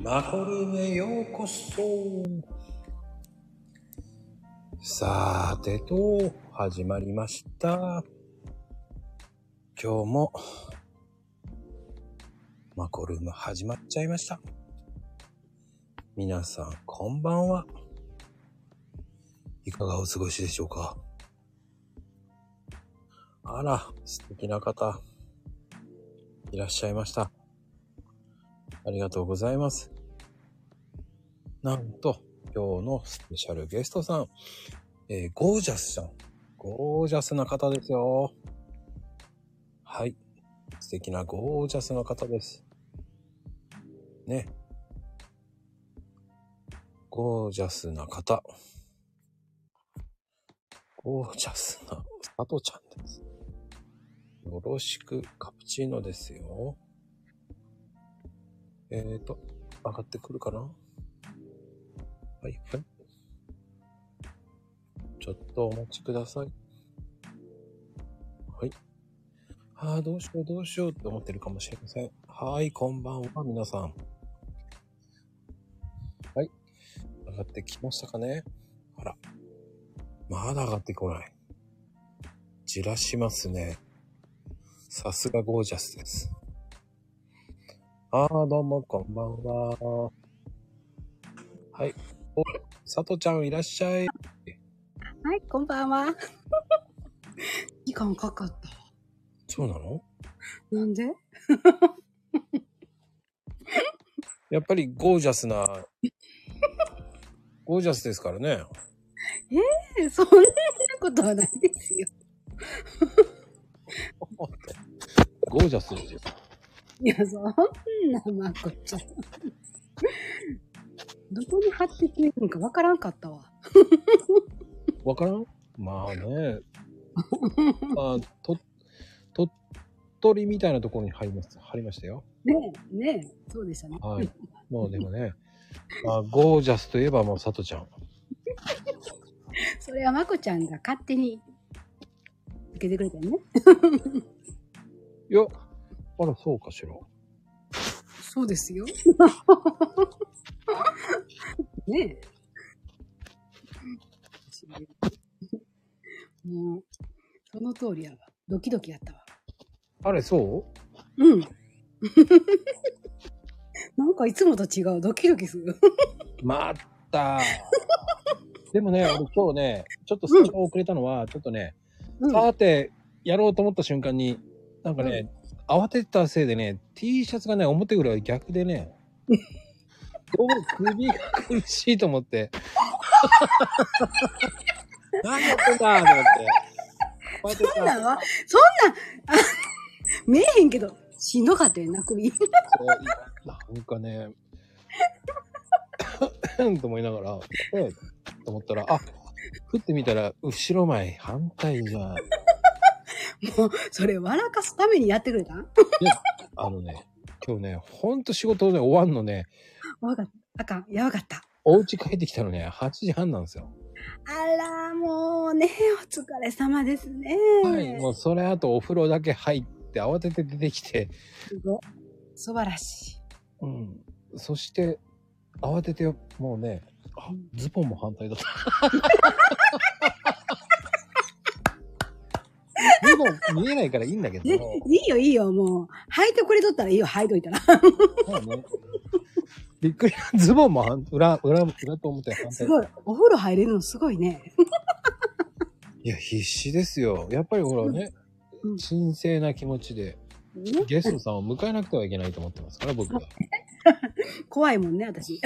マコルームへようこそさーてと、始まりました。今日も、マコルーム始まっちゃいました。皆さん、こんばんは。いかがお過ごしでしょうかあら、素敵な方、いらっしゃいました。ありがとうございます。なんと、今日のスペシャルゲストさん、えーゴージャスさん。ゴージャスな方ですよ。はい。素敵なゴージャスな方です。ね。ゴージャスな方。ゴージャスな、さとちゃんです。よろしく、カプチーノですよ。えーと、上がってくるかなはい、はい。ちょっとお待ちください。はい。ああ、どうしよう、どうしようって思ってるかもしれません。はい、こんばんは、皆さん。はい。上がってきましたかねあら。まだ上がってこない。じらしますね。さすがゴージャスです。ああ、どうも、こんばんは。はい。お、さとちゃんいらっしゃい。はい、こんばんは。 時間かかった。そうなのなんでやっぱりゴージャス な、ゴージャスですからね。えそんなことはないですよ。 ゴージャスですよ。いや、そんなまこち ゃん。どこに貼ってくれるんかわからんかったわ。わからんまあね。 まあ、と、鳥取みたいなところに入ります。入りましたよ。ねえ、ねえ、そうでしたね。はい。もうでも ね、まあ、ゴージャスといえばもうさとちゃん。 それはまこちゃんが勝手につけてくれたよね。いや、あら、そうかしら。そうです よ。ねえ。もう、その通りやわ。ドキドキやったわ。あれ、そううん。 なんかいつもと違う。ドキドキする。まった でもね、俺今日ね、ちょっとスタジオ遅れたのは、ちょっとね、うん、さて、やろうと思った瞬間に、なんかね、慌てたせいでね、T シャツがね、表裏逆でね、どう首が苦しいと思 って。何やってんだと思って。そうなのそんな、あ見えへんけど、しんどかったよな、首。そういやなんかね、と思いながら、ええと思ったら、あ、振ってみたら、後ろ前反対じゃん。もう、それ笑かすためにやってくれたあのね、今日ね、ほんと仕事ね、終わんのね、わかった。あかん。やばかった。お家帰ってきたのね、8時半なんですよ。あら、もうね、お疲れ様ですね。はい、もうそれあとお風呂だけ入って、慌てて出てきて、すごい素晴らしい。うん、そして、慌てて、もうね、あズボンも反対だった。 ズボン見えないからいいんだけど。ね、いいよ、いいよ、もう。履いてくれとったらいいよ、履いといた ら。まあね。びっくり。ズボンも反裏、裏、裏と思って反す対。ごい。 お風呂入れるのすごいね。いや、必死ですよ。やっぱりほらね、うん神聖な気持ちで、ねゲストさんを迎えなくてはいけないと思ってますから、僕は。怖いもんね、 私。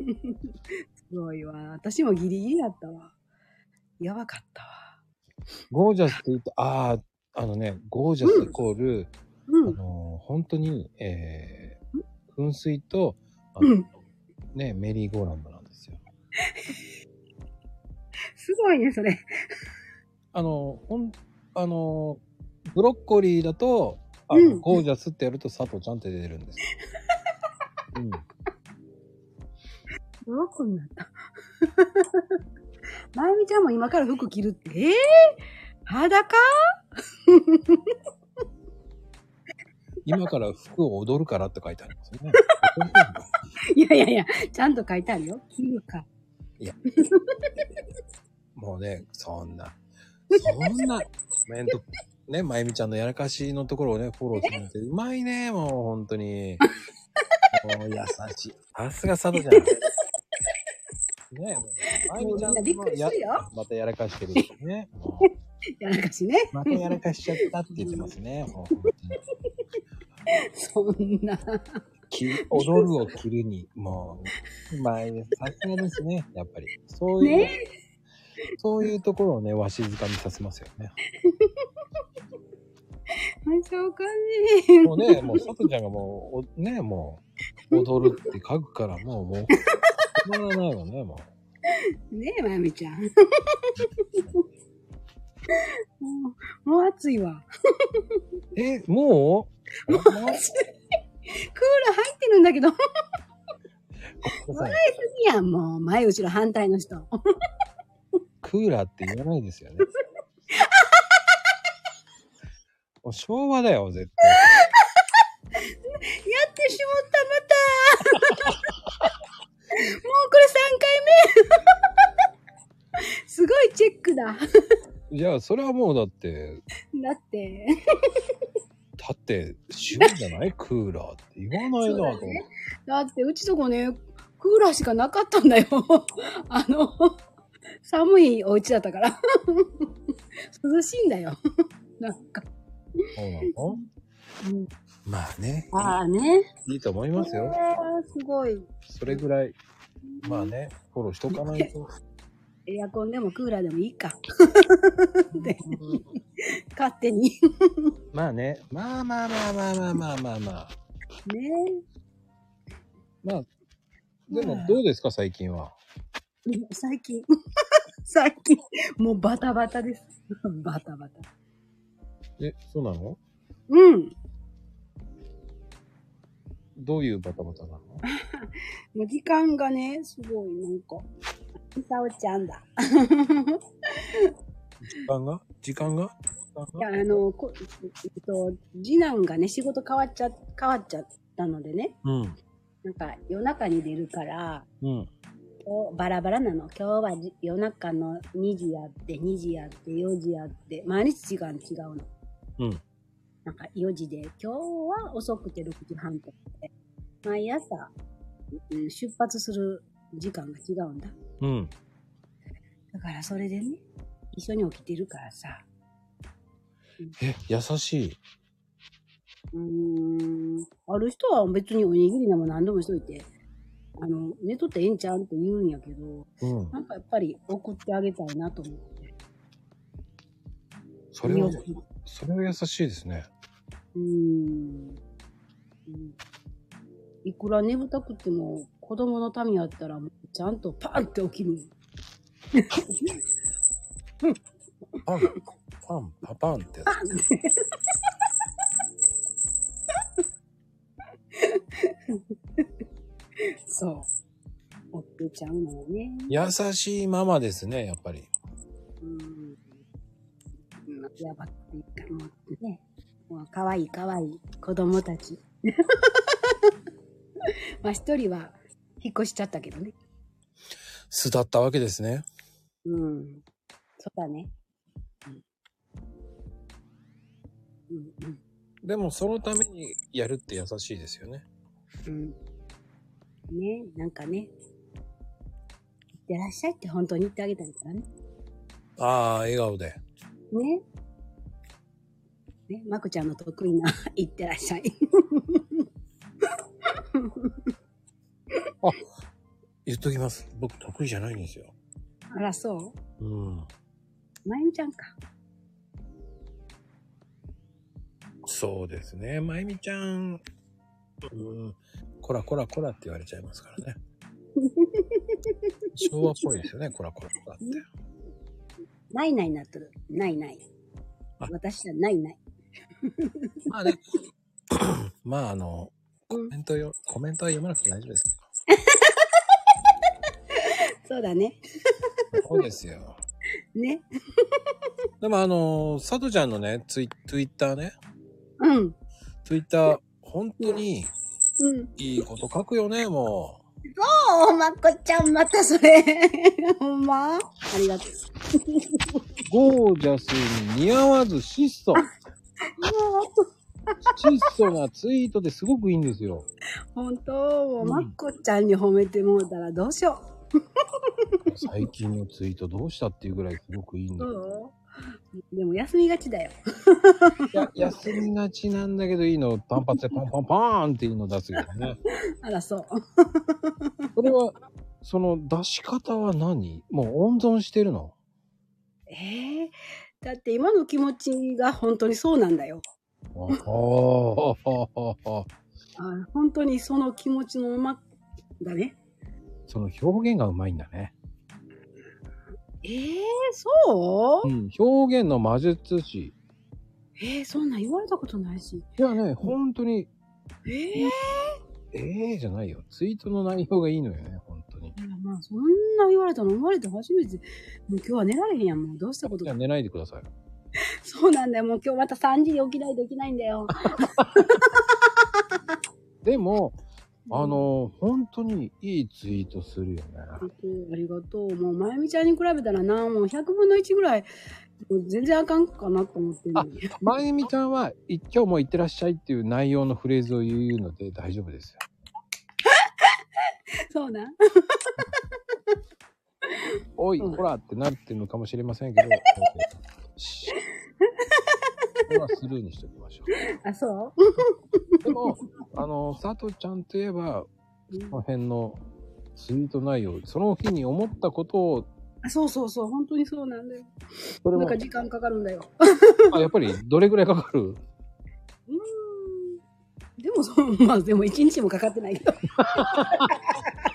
すごいわ。私もギリギリだったわ。やばかったわ。ゴージャスって言うと、ああ、あのね、ゴージャスイコール、うあん。のー本当に、えー、噴水と、あのうん。ね、メリーゴーランドなんですよ。すごいね、それ。あの、ほん、あのー、ブロッコリーだと、あうんゴージャスってやると佐藤ちゃんって出るんですよ。うん。ブロッコリーになった。 まゆみちゃんも今から服着るって。ええー、裸い今から服を踊るからって書いてあります ね。いやいやいや、ちゃんと書いてあるよ。9か。もうね、そんな、そんな、コメント、ね、まゆみちゃんのやらかしのところをね、フォローするなんて、うまいね、もう本当に。もう優しい。さすが佐渡ちゃん。ねもう、まゆみちゃんもうみんなびっくりするよのやまたやらかしてるしね。もうやらかしね。またやらかしちゃったって言ってますね。もう本当にそん な。き踊るを着るに、もう、うまいね。さすがですね、やっぱり。そういう、ねそういうところをね、わしづかみさせますよね。最初おかしい。もうね、もう、さとちゃんがもう、おね、もう、踊るって書くから、もう、もう、止まらないわね、もねえ、まゆみちゃ ん。もう、もう暑いわ。 う。え、もうもうクーラー入ってるんだけど、いごめんなさいいやん、もう、前後ろ反対の人。クーラーって言わないですよね。もう昭和だよ、絶やってしまった、ま た。もうこれ3回目。 すごいチェックだ。対。いや、それはもうだって、だって、だって、白いじゃないクーラーって言わないなと思って。だってうちとこね、クーラーしかなかったんだよ。 あの、寒いお家だったから。 涼しいんだよ。なんか。そうなのうんまあね、ああね。いいと思いますよ。すごい。それぐらい、まあね、フォローしとかないと。エアコンでもクーラーでもいい か。で勝手に。まあね、まあまあまあまあまあまあまあまあ。ねまあ、でもどうですか、最近は。最近。 最近。もうバタバタです。バタバタ。え、そうなのうん。どういうバタバタなのもう時間がね、すごい、なんか。みさおちゃん だ。時間が時間がいや、あの、こえっと、次男がね、仕事変わっちゃ、変わっちゃったのでね。うん。なんか、夜中に出るから、うん。おバラバラなの。今日はじ夜中の2時やって、2時やって、4時やって、毎日時間違うの。うん。なんか4時で、今日は遅くて6時半とかで、毎朝、うん出発する時間が違うんだ。うん。だからそれでね、一緒に起きてるからさ、え、優しい。うーん、ある人は別におにぎりでも何でもしといて、あの、寝とってええんちゃうんって言うんやけど、うん。なんかやっぱり送ってあげたいなと思って。それは身を、引くそれは優しいですね。うーんうんいくら眠たくても、子供のためやったら、ちゃんとパンって起きる。パン、パン、パパンってやつ。そう。起きちゃうのよね。優しいママですね、やっぱり。うん。やばっていいかもってね。もう可愛い可愛い子供たち。 まあ一人は引っ越しちゃったけどね。巣だったわけですね。うん。そうだね。うん。うんでも、そのためにやるって優しいですよね。うん。うん。ねなんかね。いってらっしゃいって本当に言ってあげたいからね。ああ、笑顔で。ね。ね、まこちゃんの得意な、 いってらっしゃい。言っときます。僕得意じゃないんですよ。あら、そうん。うまゆみちゃんか。そうですね。まゆみちゃん、うん、こらこらこらって言われちゃいますからね。昭和っぽいですよね、こらこらこらって。ないないなっとる。ないないあ。私はないない。まあね、 まああの、コメントよ、コメントは読まなくて大丈夫です。そうだね。そうですよ。ね。でもあの、佐藤ちゃんのね、ツイツイッターね、うん。ツイッター、本当にうん。いいこと書くよね、もおー、まこちゃん、またそれ。 ほんまありがとう。う。ゴージャスに似合わず質素。質素なツイートですごくいいんですよ。本当もう、うんまこちゃんに褒めてもうたらどうしよ最近のツイートどうしたっていうぐらいすごくいいんう。だけど。うん。でも、休みがちだよ。 いや、休みがちなんだけどいいの、単発でパンパンパーンっていうの出すよ ね。あら、そう。 これは、その出し方は何もう温存してるのええだって今の気持ちが本当にそうなんだよ。ああ、あ本当にその気持ちのままだね。その表現がうまいんだね。ええそうう、ん、表現の魔術師。ええそんなん言われたことないし。いやね、本当に、ええええじゃないよ。ツイートの内容がいいのよね、本当に。いやまあそんな言われたの生まれて初めて。もう今日は寝られへんやん。もうどうしたことじゃあか。寝ないでください。そうなんだよ。もう今日また3時に起きないといけないんだよ。でも、あ、の、本当にいいツイートするよね。ありがとう。もうまゆみちゃんに比べたらな、もう100分の1ぐらい、もう全然あかんかなと思ってるのに。まゆみちゃんは、い今日も行ってらっしゃいっていう内容のフレーズを言うので大丈夫ですよ。 そうなん。おい、うんほらってなってるのかもしれませんけど、しこれはスルーにしておきましょ。あ、そうでも、あの、佐藤ちゃんといえば、う、この辺のツイート内容、その日に思ったことを、あそうそうそう、本当にそうなんだよ。それなんもか、時間かかるんだよ。あやっぱりどれぐらいかかるうーん。でもそう、 まあでも一日もかかってないけど。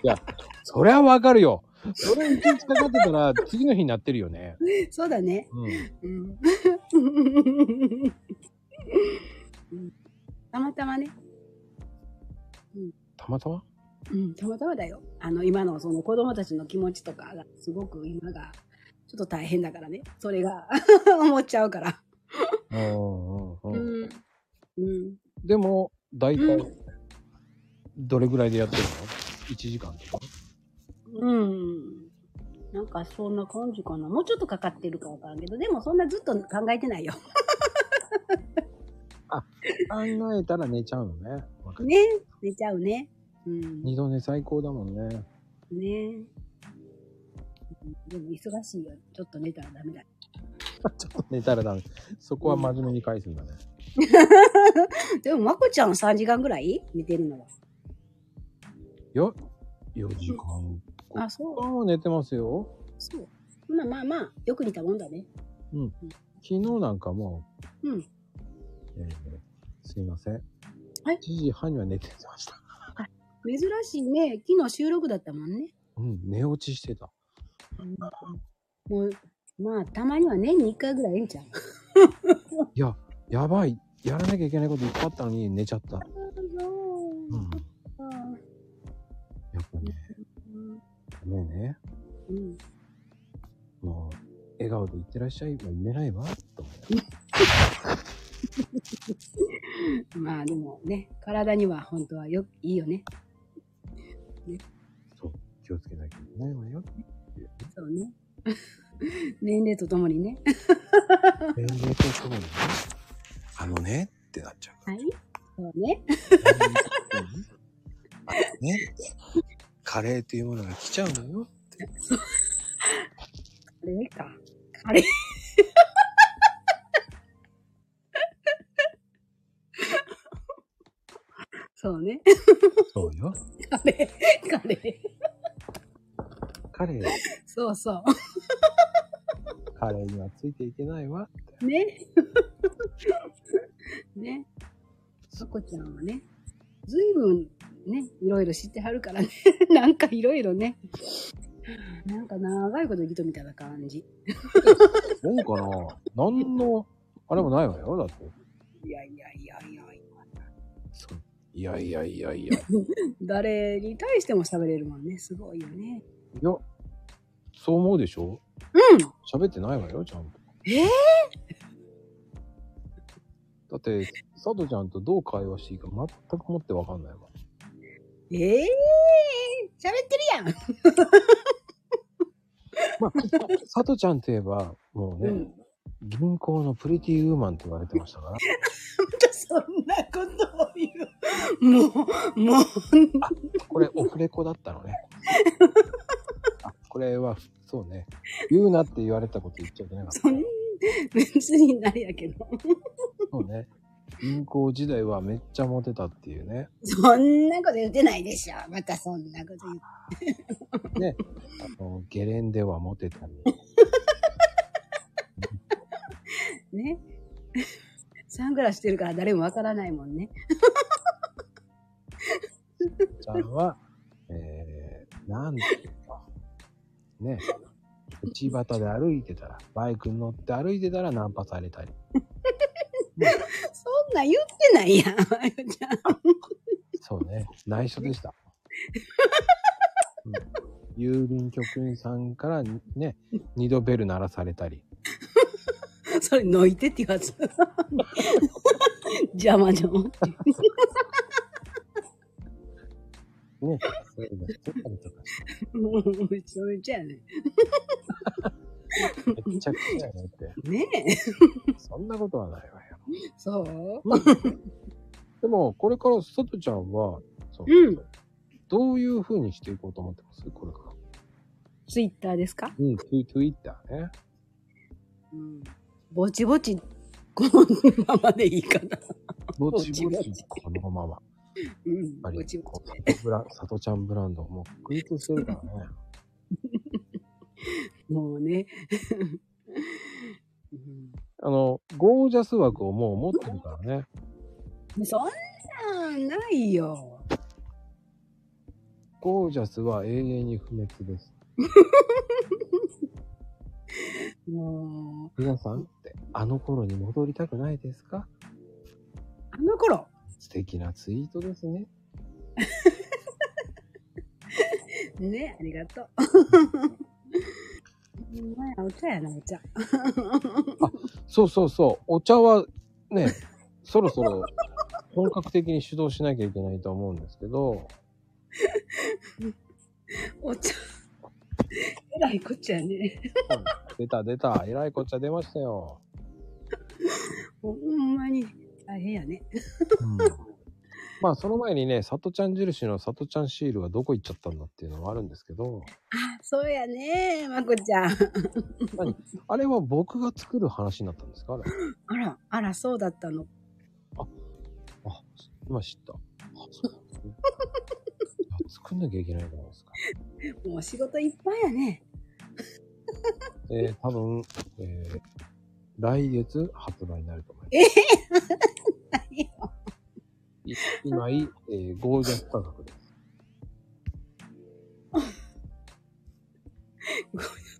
そりゃわかるよ。それ一日かかってたら、次の日になってるよね。そうだね。うん。うん。 たまたまね。たまたまうん、たまたまだよ。あの、今のその子供たちの気持ちとかが、すごく今が、ちょっと大変だからね。それが、 思っちゃうから。うんうんううん。ん。うん。でも、大体う、どれぐらいでやってるの ?1 時間とか。うん。なんかそんな感じかな。もうちょっとかかってるかわからんけど、でもそんなずっと考えてないよ。 考えたら寝ちゃうのね。わかるね。寝ちゃうね。うん。ね二度寝最高だもんね。うんでも忙しいよ。ちょっと寝たらダメだ。ちょっと寝たらダメ。そこは真面目に返すんだね。でも、まこちゃん3時間ぐらい寝てるのは。よ、4時間。あ、そう。ああ、寝てますよ。そう。ほな、まあまあ、よく似たもんだね。昨日なんかもう、うんえーすいません。はい ?1 時半には寝てました。珍しいね。昨日収録だったもんね。うん、寝落ちしてた。もう、まあ、たまには年に1回ぐらいええんちゃう。いや、やばい。やらなきゃいけないこといっぱいあったのに寝ちゃった。うん。やっぱね、ダメね。うん。もう、笑顔でいってらっしゃい。もう寝ないわ。と思ってまあ、でもね、体には本当はよ、いいよね。そう、気をつけなきゃいけないわよ。そうね。 年齢とともにね。年齢とともにね。あのね、ってなっちゃう。はい。そうね。あねってカレーというものが来ちゃうのよ。カレーか。カレー。 そうね。そうよ。カレー。カレー。カレー、そうそカレーにはついていけないわ。う。 ね。ね。まこちゃんはね、ずいぶんね、いろいろ知ってはるからね。 なんかいろいろね。なんか長いこと生きとみたいな感じ。そうかな何の、あれもないわよ。だって。いやいやいやいや。そういやいやいやいや。い誰に対しても喋れるもんね。すごいよね。や、そう思うでしょうん。喋ってないわよ、ちゃんと。ええだって、佐藤ちゃんとどう会話していいか全くもってわかんないもん。ええー、喋ってるやん。まあ、佐藤ちゃんといえば、もうね、うん 銀行のプリティウーマンって言われてましたから。そんなことを言う。もう、もう、これ、オフレコだった のね。あこれは、そうね。言うなって言われたこと言っちゃいけなかったそ。ん別にないやけど。そうね。銀行時代はめっちゃモテたっていうね。そんなこと言ってないでしょ。またそんなこと言って。ね。あの、ゲレンデはモテたり。ね。 サングラスしてるから誰もわからないもんね。ちゃん は、えー、なんていうか。ね。道端で歩いてたら、バイクに乗って歩いてたらナンパされたり。そんなん言ってないやん、まゆちゃん。そうね。内緒で した。うん郵便局員さんからね、二度ベル鳴らされたり。それ、のいてって言わず。邪魔じゃん。ね。そういうのしてたりとかしもう、めちゃめちゃやね。てめちゃくちゃやねって。ねえ。そんなことはないわよ。そうでも、これから、さとちゃんは、そう、うんどういう風にしていこうと思ってますこれから。ツイッターですかうん、ツイツイッターね。うん。ぼちぼち、このままでいいかな。ぼちぼぼちちぼち、このまま。うん。やっぱぼちり、ぼこち。う、ブラ、さとちゃんブランド、もう、確立してるからね。もうね。 うんあの、ゴージャス枠をもう持ってるからね。そんなんないよ。ゴージャスは永遠に不滅です。もう、皆さんって、あの頃に戻りたくないですかあの頃、素敵なツイートですね。ね、ありがとう。前 お茶やな、お茶。そうそうそう。お茶はね、 そろそろ本格的に主導しなきゃいけないと思うんですけど、お茶。えらいこっちゃね。出た出た。えらいこっちゃ出ましたよ。ほんまに大変やね。まあその前にね、さとちゃん印のさとちゃんシールがどこ行っちゃったんだっていうのもあるんですけど、あ、そうやね、まこちゃん。あれは僕が作る話になったんですかあれ。あら、あら、そうだったの。あ、今知った。あそうなんですね。いや作んなきゃいけないじゃないですか。もう仕事いっぱいやね。えー、多分、えー、来月発売になると思います。何い1枚、えー、ゴージャス価格です。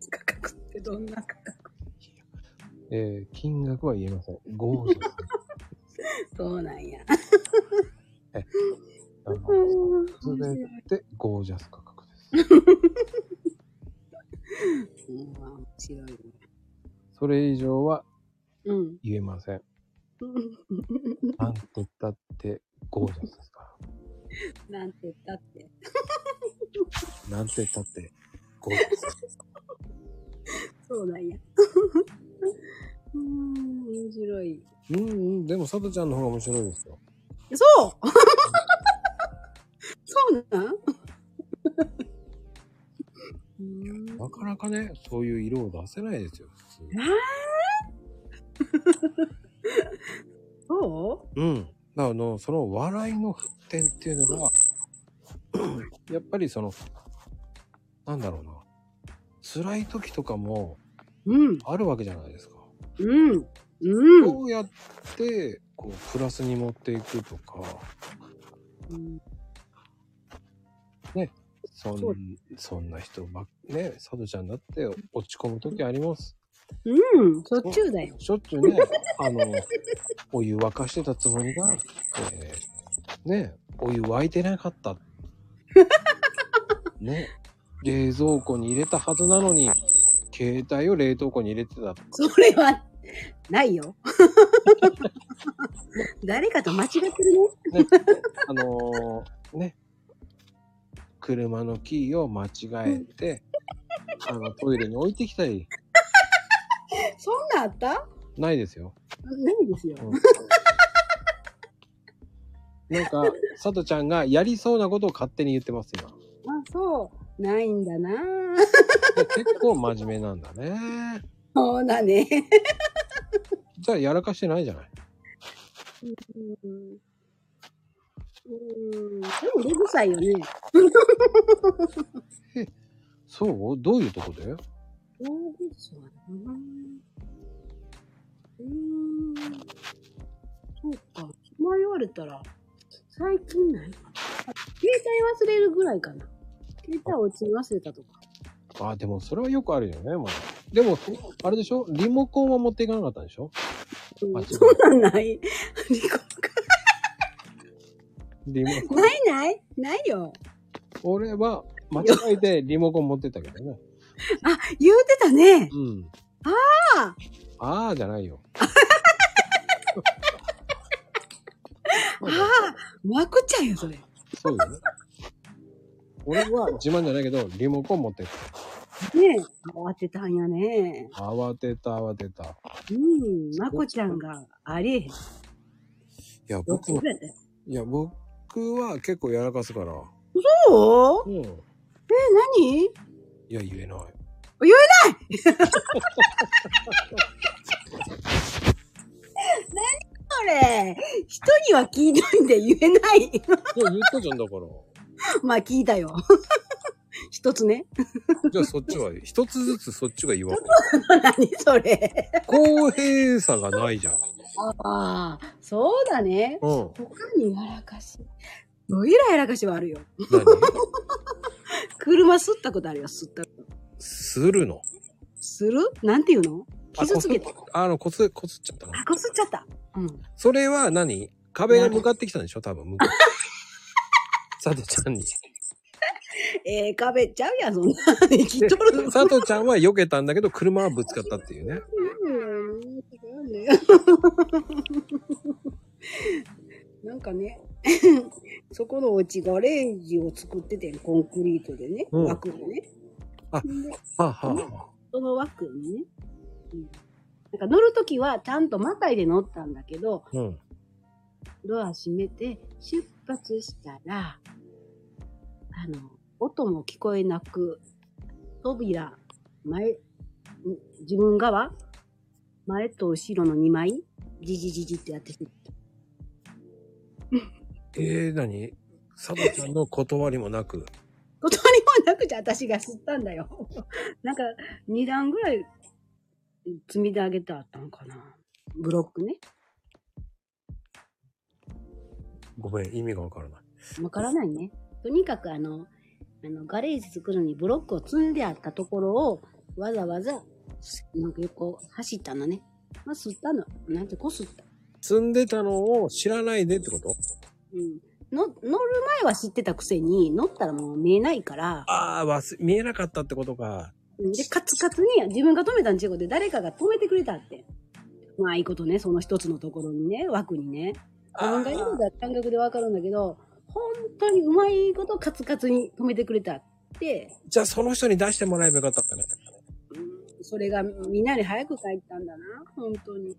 価格ってどんな価格えー、金額は言えません。ゴージャス。そうなんや。あのうんすべてゴージャス価格です。うん面白いね。それ以上はうん。言えません。なんて言ったってゴージャスですかなんて言ったって。ら。なんて言ったってゴージャスです。そうなんや。うーん、面白い。うんうん、でもサトちゃんの方が面白いですよ。そう そう なんうーんなかなかね、そういう色を出せないですよ、普通。そうん。だからあの、その笑いの沸点っていうのが、やっぱりその、なんだろうな。辛い時とかもううん、あるわけじゃないですか。うん、うん。どうやって、こう、プラスに持っていくとか、そんそうそんな人ばっね、サドちゃんだって落ち込む時あります。うん、しょっちゅうだよ。しょっちゅうね、あの、お湯沸かしてたつもりが、えーね、お湯沸いてなかった。ね、冷蔵庫に入れたはずなのに、携帯を冷凍庫に入れてた。それは、ないよ。 誰かと間違ってるね。ね、あのーね、車のキーを間違えて、あの、トイレに置いてきたり、そんなんあったないですよ。ないですよ。うんなんか、さとちゃんがやりそうなことを勝手に言ってます、今。あ、そう。ないんだなぁ。で結構真面目なんだね。そうだね。じゃあ、やらかしてないじゃない。うん。うん。でも、うるさいよね。そうどういうとこでどうでしょうなうーん。そうか。前言われたら、最近ないかな。携帯忘れるぐらいかな。携帯落ちに忘れたとか。あ、でもそれはよくあるよね、もう。でも、あれでしょリモコンは持っていかなかったでしょう間違ん、えたそうなんない。リコリモコン。ないないないよ。俺は間違えてリモコン持ってったけどね。あ、言うてたね。うん。ああーじゃないよ。ああ、まくっちゃうよ、それ。そうよね。俺は自慢じゃないけど、リモコン持ってっねえ、慌てたんやね。た。慌てた、慌てた。いうん、まこちゃんがありえへん。や、ど僕こは、やったいや、僕は結構やらかすから。そううん。いえ、何や、言えない。それ、人には聞いといて言えない。い や、言ったじゃんだから。まあ聞いたよ。 一つね。 じゃあそっちは、一つずつそっちが言わない。何それ。公平さがないじゃん。ああ、そうだね。うん。他にやらかし。どいらやらかしはあるよ。何車すったことあるよ、すったこと。するのするなんて言うのあ 傷つけた。こすあの、こす、こすっちゃったな。あ、こすっちゃった。うん。それは何壁が向かってきたんでしょ多分、向かって。 佐藤ちゃんに。ええ壁ちゃうやん、そんな。 生きとる。佐藤ちゃんは避けたんだけど、車はぶつかったっていうね。なんかね、 そこのお家ガレージを作ってて、コンクリートでね、うん枠をね。あではあ、はその枠にね、うんなんか乗るときはちゃんとまたいで乗ったんだけど、あ、うん。ドア閉めて出発したら、あの、音も聞こえなく、扉、前、ん自分側、前と後ろの2枚、じじじじってやってて、えー、何佐藤ちゃんの断りもなく。断りもなくて私が吸ったんだよ。 なんか、2段ぐらい積み上げてあったのかな。ブロックね。ごめん、意味がわからない。わからないね。とにかくあの、あの、ガレージ作るのにブロックを積んであったところを、わざわざ、なんか横走ったのね。まあ、吸ったの。なんてこすった。積んでたのを知らないでってことうん。の、乗る前は知ってたくせに、乗ったらもう見えないから、ああ、忘れ、見えなかったってことか。うんで、カツカツに、自分が止めたん違うで、誰かが止めてくれたって。まあ、いいことね、その一つのところにね、枠にね。自分が言うあた感覚でわかるんだけど、本当にうまいことカツカツに止めてくれたって、ーじゃあその人に出してもらえばよかったんだね。うんそれがみんなに早く帰ったんだな、本当に。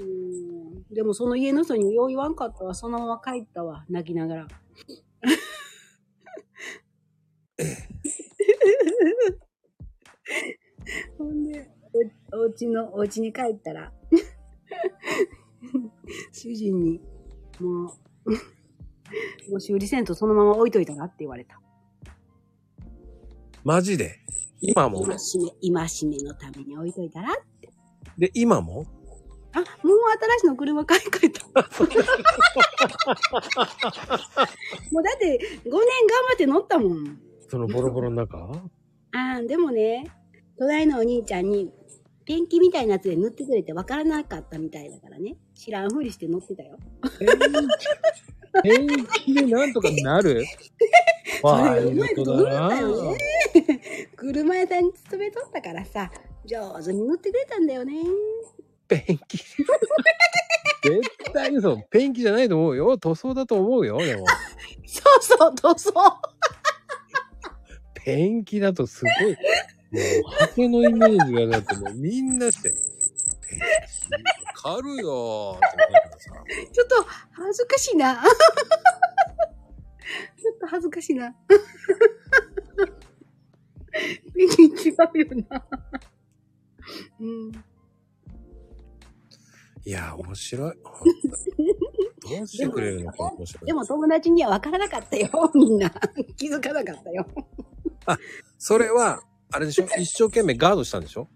うん。でもその家の人によう言わんかったわ、そのまま帰ったわ、泣きながら。ほんで、おお家の、お家に帰ったら、主人に、もう、もう修理せんとそのまま置いといたらって言われた。マジで。今も今しめ、今しめのために置いといたらで、今もあ、もう新しいの車買い替 えた。もうだって5年頑張って乗ったもん。そのボロボロの中ああ、でもね、隣のお兄ちゃんにペンキみたいなやつで塗ってくれてわからなかったみたいだからね。知らんふりして乗ってたよ。 平気でなんとかなるワイルドだな。車屋さんに勤めとったからさ、上手に塗ってくれたんだよね。ペンキ。絶絶対にそう、ペンキじゃないと思うよ。塗装だと思うよ、でも。そうそう、塗装。ペンキだとすごい、もう、ハケのイメージがだってもうみんなして、ペンキ、わかるよーって思うからさ。ちょっと恥ずかしいな。 ちょっと恥ずかしいな。 ペンキ違うよな。うん。いやー、面白い。どうしてくれるのか面白い。でも友達には分からなかったよ、みんな。気づかなかったよ。それは、あれでしょ一生懸命ガードしたんでしょ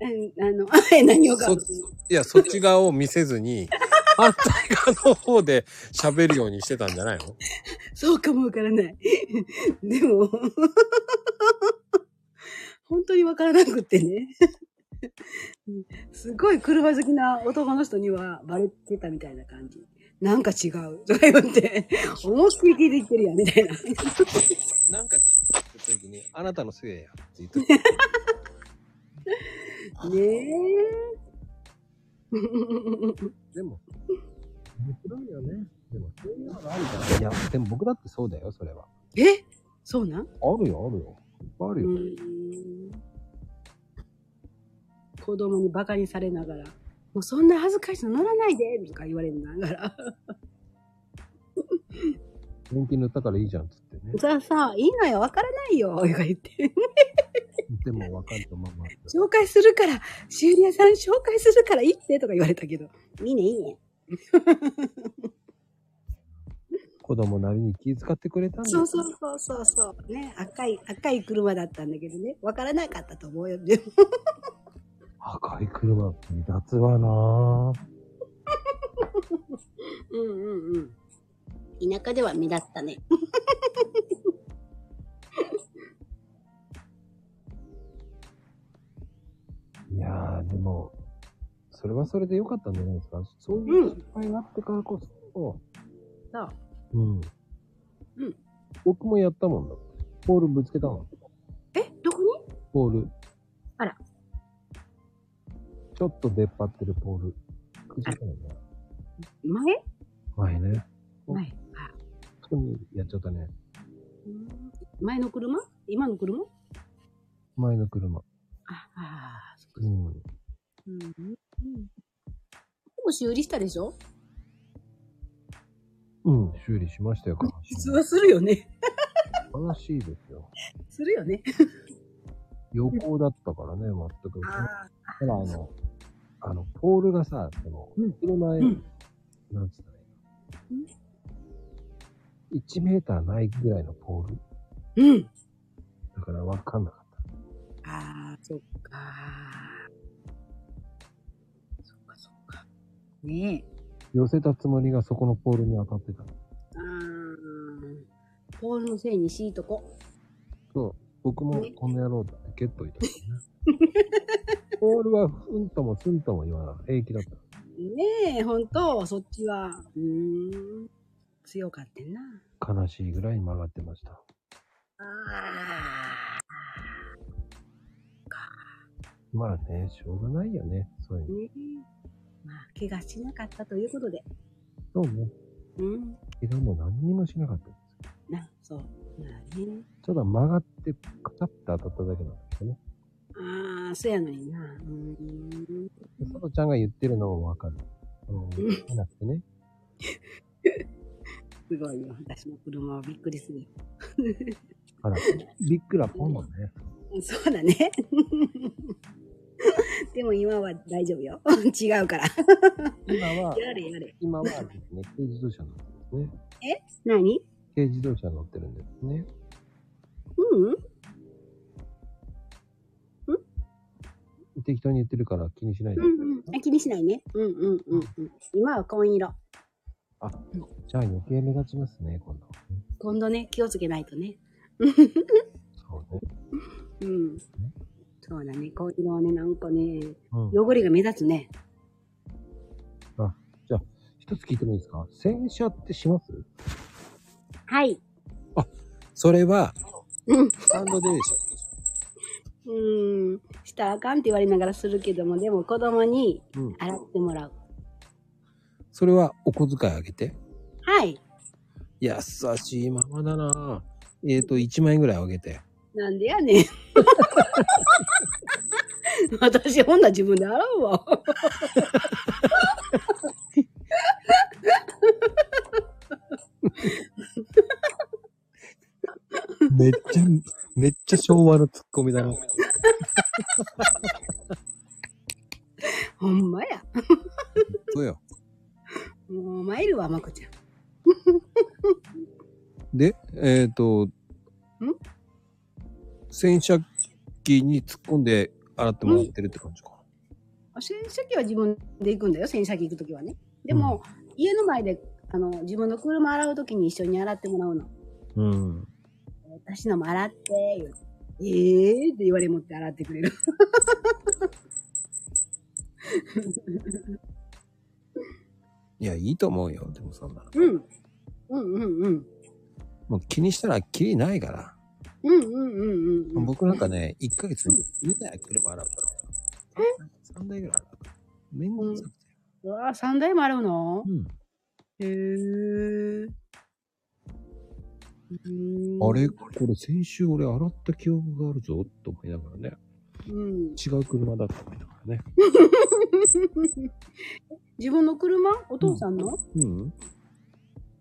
うん、あの、 あれ何をかそ。いや、そっち側を見せず に、反対側の方で喋るようにしてたんじゃないのそうかも分からない。 でも、 本当に分からなくってね。 うんすごい車好きな男の人にはバレてたみたいな感じ。なんか違う。それ言って、思いっきり聞いてきてるやん、みたいな。なんか、言った時に、あなたのせいやって言ってた。ねえ。で も、面白いよね。でも、そういうのがあるから。いや、でも僕だってそうだよ、それは。え そうなあんるよ、あるよ。いっぱいあるよ。うん子供にバカにされながら、もうそんな恥ずかしいの乗らないでとか言われながら。本気塗ったからいいじゃんっつってね。さあさあ、いいのよ、わからないよ、とか言って。でも、わかるとまあまあ。紹介するから、修理屋さん紹介するからいいってとか言われたけど。いいね、いいね。 子供なりに気遣ってくれたんだそようそうそうそうそう。ね、赤い、赤い車だったんだけどね、わからなかったと思うよ。でも赤い車、目立つわなぁ。うんうんうん。田舎では目立ったね。いやー、でも、それはそれで良かったんじゃないですか。そういう失敗があってからこそ、そう。うん。うん僕もやったもんだ。ポールぶつけたの。え、どこにポール。あら。ちょっと出っ張ってるポール。くじかないな。前前ね。前。あそこにやっちゃったね。うん前の車今の車前の車。ああー、そっかうん。うんうん。でも修理したでしょうん、修理しましたよ、悲しい。するよね。悲しいですよ。するよね。横だったからね、全く。あただあの、あの、ポールがさ、そのうん、車へ、うんなんつったらいいの ?1 メーターないぐらいのポールあ。うん。だからわかんなかった。ああ、そっか。そっかそっか。ねえ。寄せたつもりがそこのポールに当たってた。ああ。ポールのせいにしいとこ。そう、僕もこの野郎だ、ゲットいた、ね。ポールはふんともすんとも言わない。平気だった。ねえ、ほんと、そっちは。うーん。強かってんな。悲しいぐらい曲がってました。ああ。まあね、しょうがないよね。そういうの。ねえ。まあ、怪我しなかったということで。そうね。うん。怪我も何にもしなかったです。な、そう。まあね。ただ曲がって、カタッて当たっただけなんですけどね。ああ、そうやのにな。うーん。で佐藤ちゃんが言ってるのもわかる。あの、ん見えなくてね。すごいよ。私の車はびっくりするよ。あら、びっくらポンだね。そうだね。 でも今は大丈夫よ。違うから。今は、やれやれ。今はですね、軽自動車乗ってるんですね。何軽自動車乗ってるんですね。うんうん適当に言ってるから気にしないで。うんうん。あ気にしないね。うんうんうんうん。今は紺色。あ、じゃあ余計目立ちますね、今度はね。今度ね、気をつけないとね。そうね。うん。そうだね。紺色はね、なんかね、うん。汚れが目立つね。一つ聞いてもいいですか洗車ってしますはい。それは、うん。スタンドでで しょ。うん。したらあかんって言われながらするけども、でも子供にうん。洗ってもらう。それはお小遣いあげて。はい。優しいママだなぁえっ、と、1万円ぐらいあげて。なんでやね ん。私、ほんなら自分で洗うわ。めっちゃ、めっちゃ昭和のツッコミだな。ほんまや。そうよ。もう、参るわ、まこちゃん。で、えっ、と、洗車機に突っ込んで洗ってもらってるって感じか。洗車機は自分で行くんだよ、洗車機行くときはね。でも、家の前で、あの、自分の車洗うときに一緒に洗ってもらうの。うん。私のも洗って、言うてええー、って言われもって洗ってくれる。いや、いいと思うよ。でもそんなの。うん。うんうんうん。もう気にしたらきりないから。うんうんうんうん。僕なんかね、1ヶ月に2台車洗うから。え ?3 台ぐらい洗うから。めんどくさくて。うわぁ、三台も洗うのうん。へぇー。あれこれ先週俺洗った記憶があるぞと思いながらね。うん。 違う車だと思いながらね。自分の車お父さんの、うん。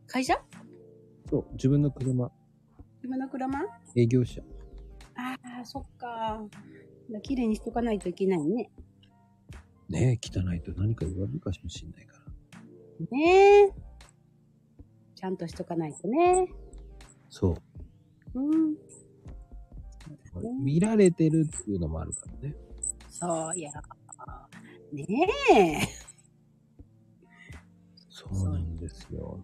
会社そう、自分の車、自分の車あ営業車。あ、そっか。綺麗にしとかないといけないね。ねえ、汚いと何か言われるかもしんないから。ねえ。ちゃんとしとかないとね。そう。うん。ん見られてるっていうのもあるからね。そうや。ねえ。そうなんですよ。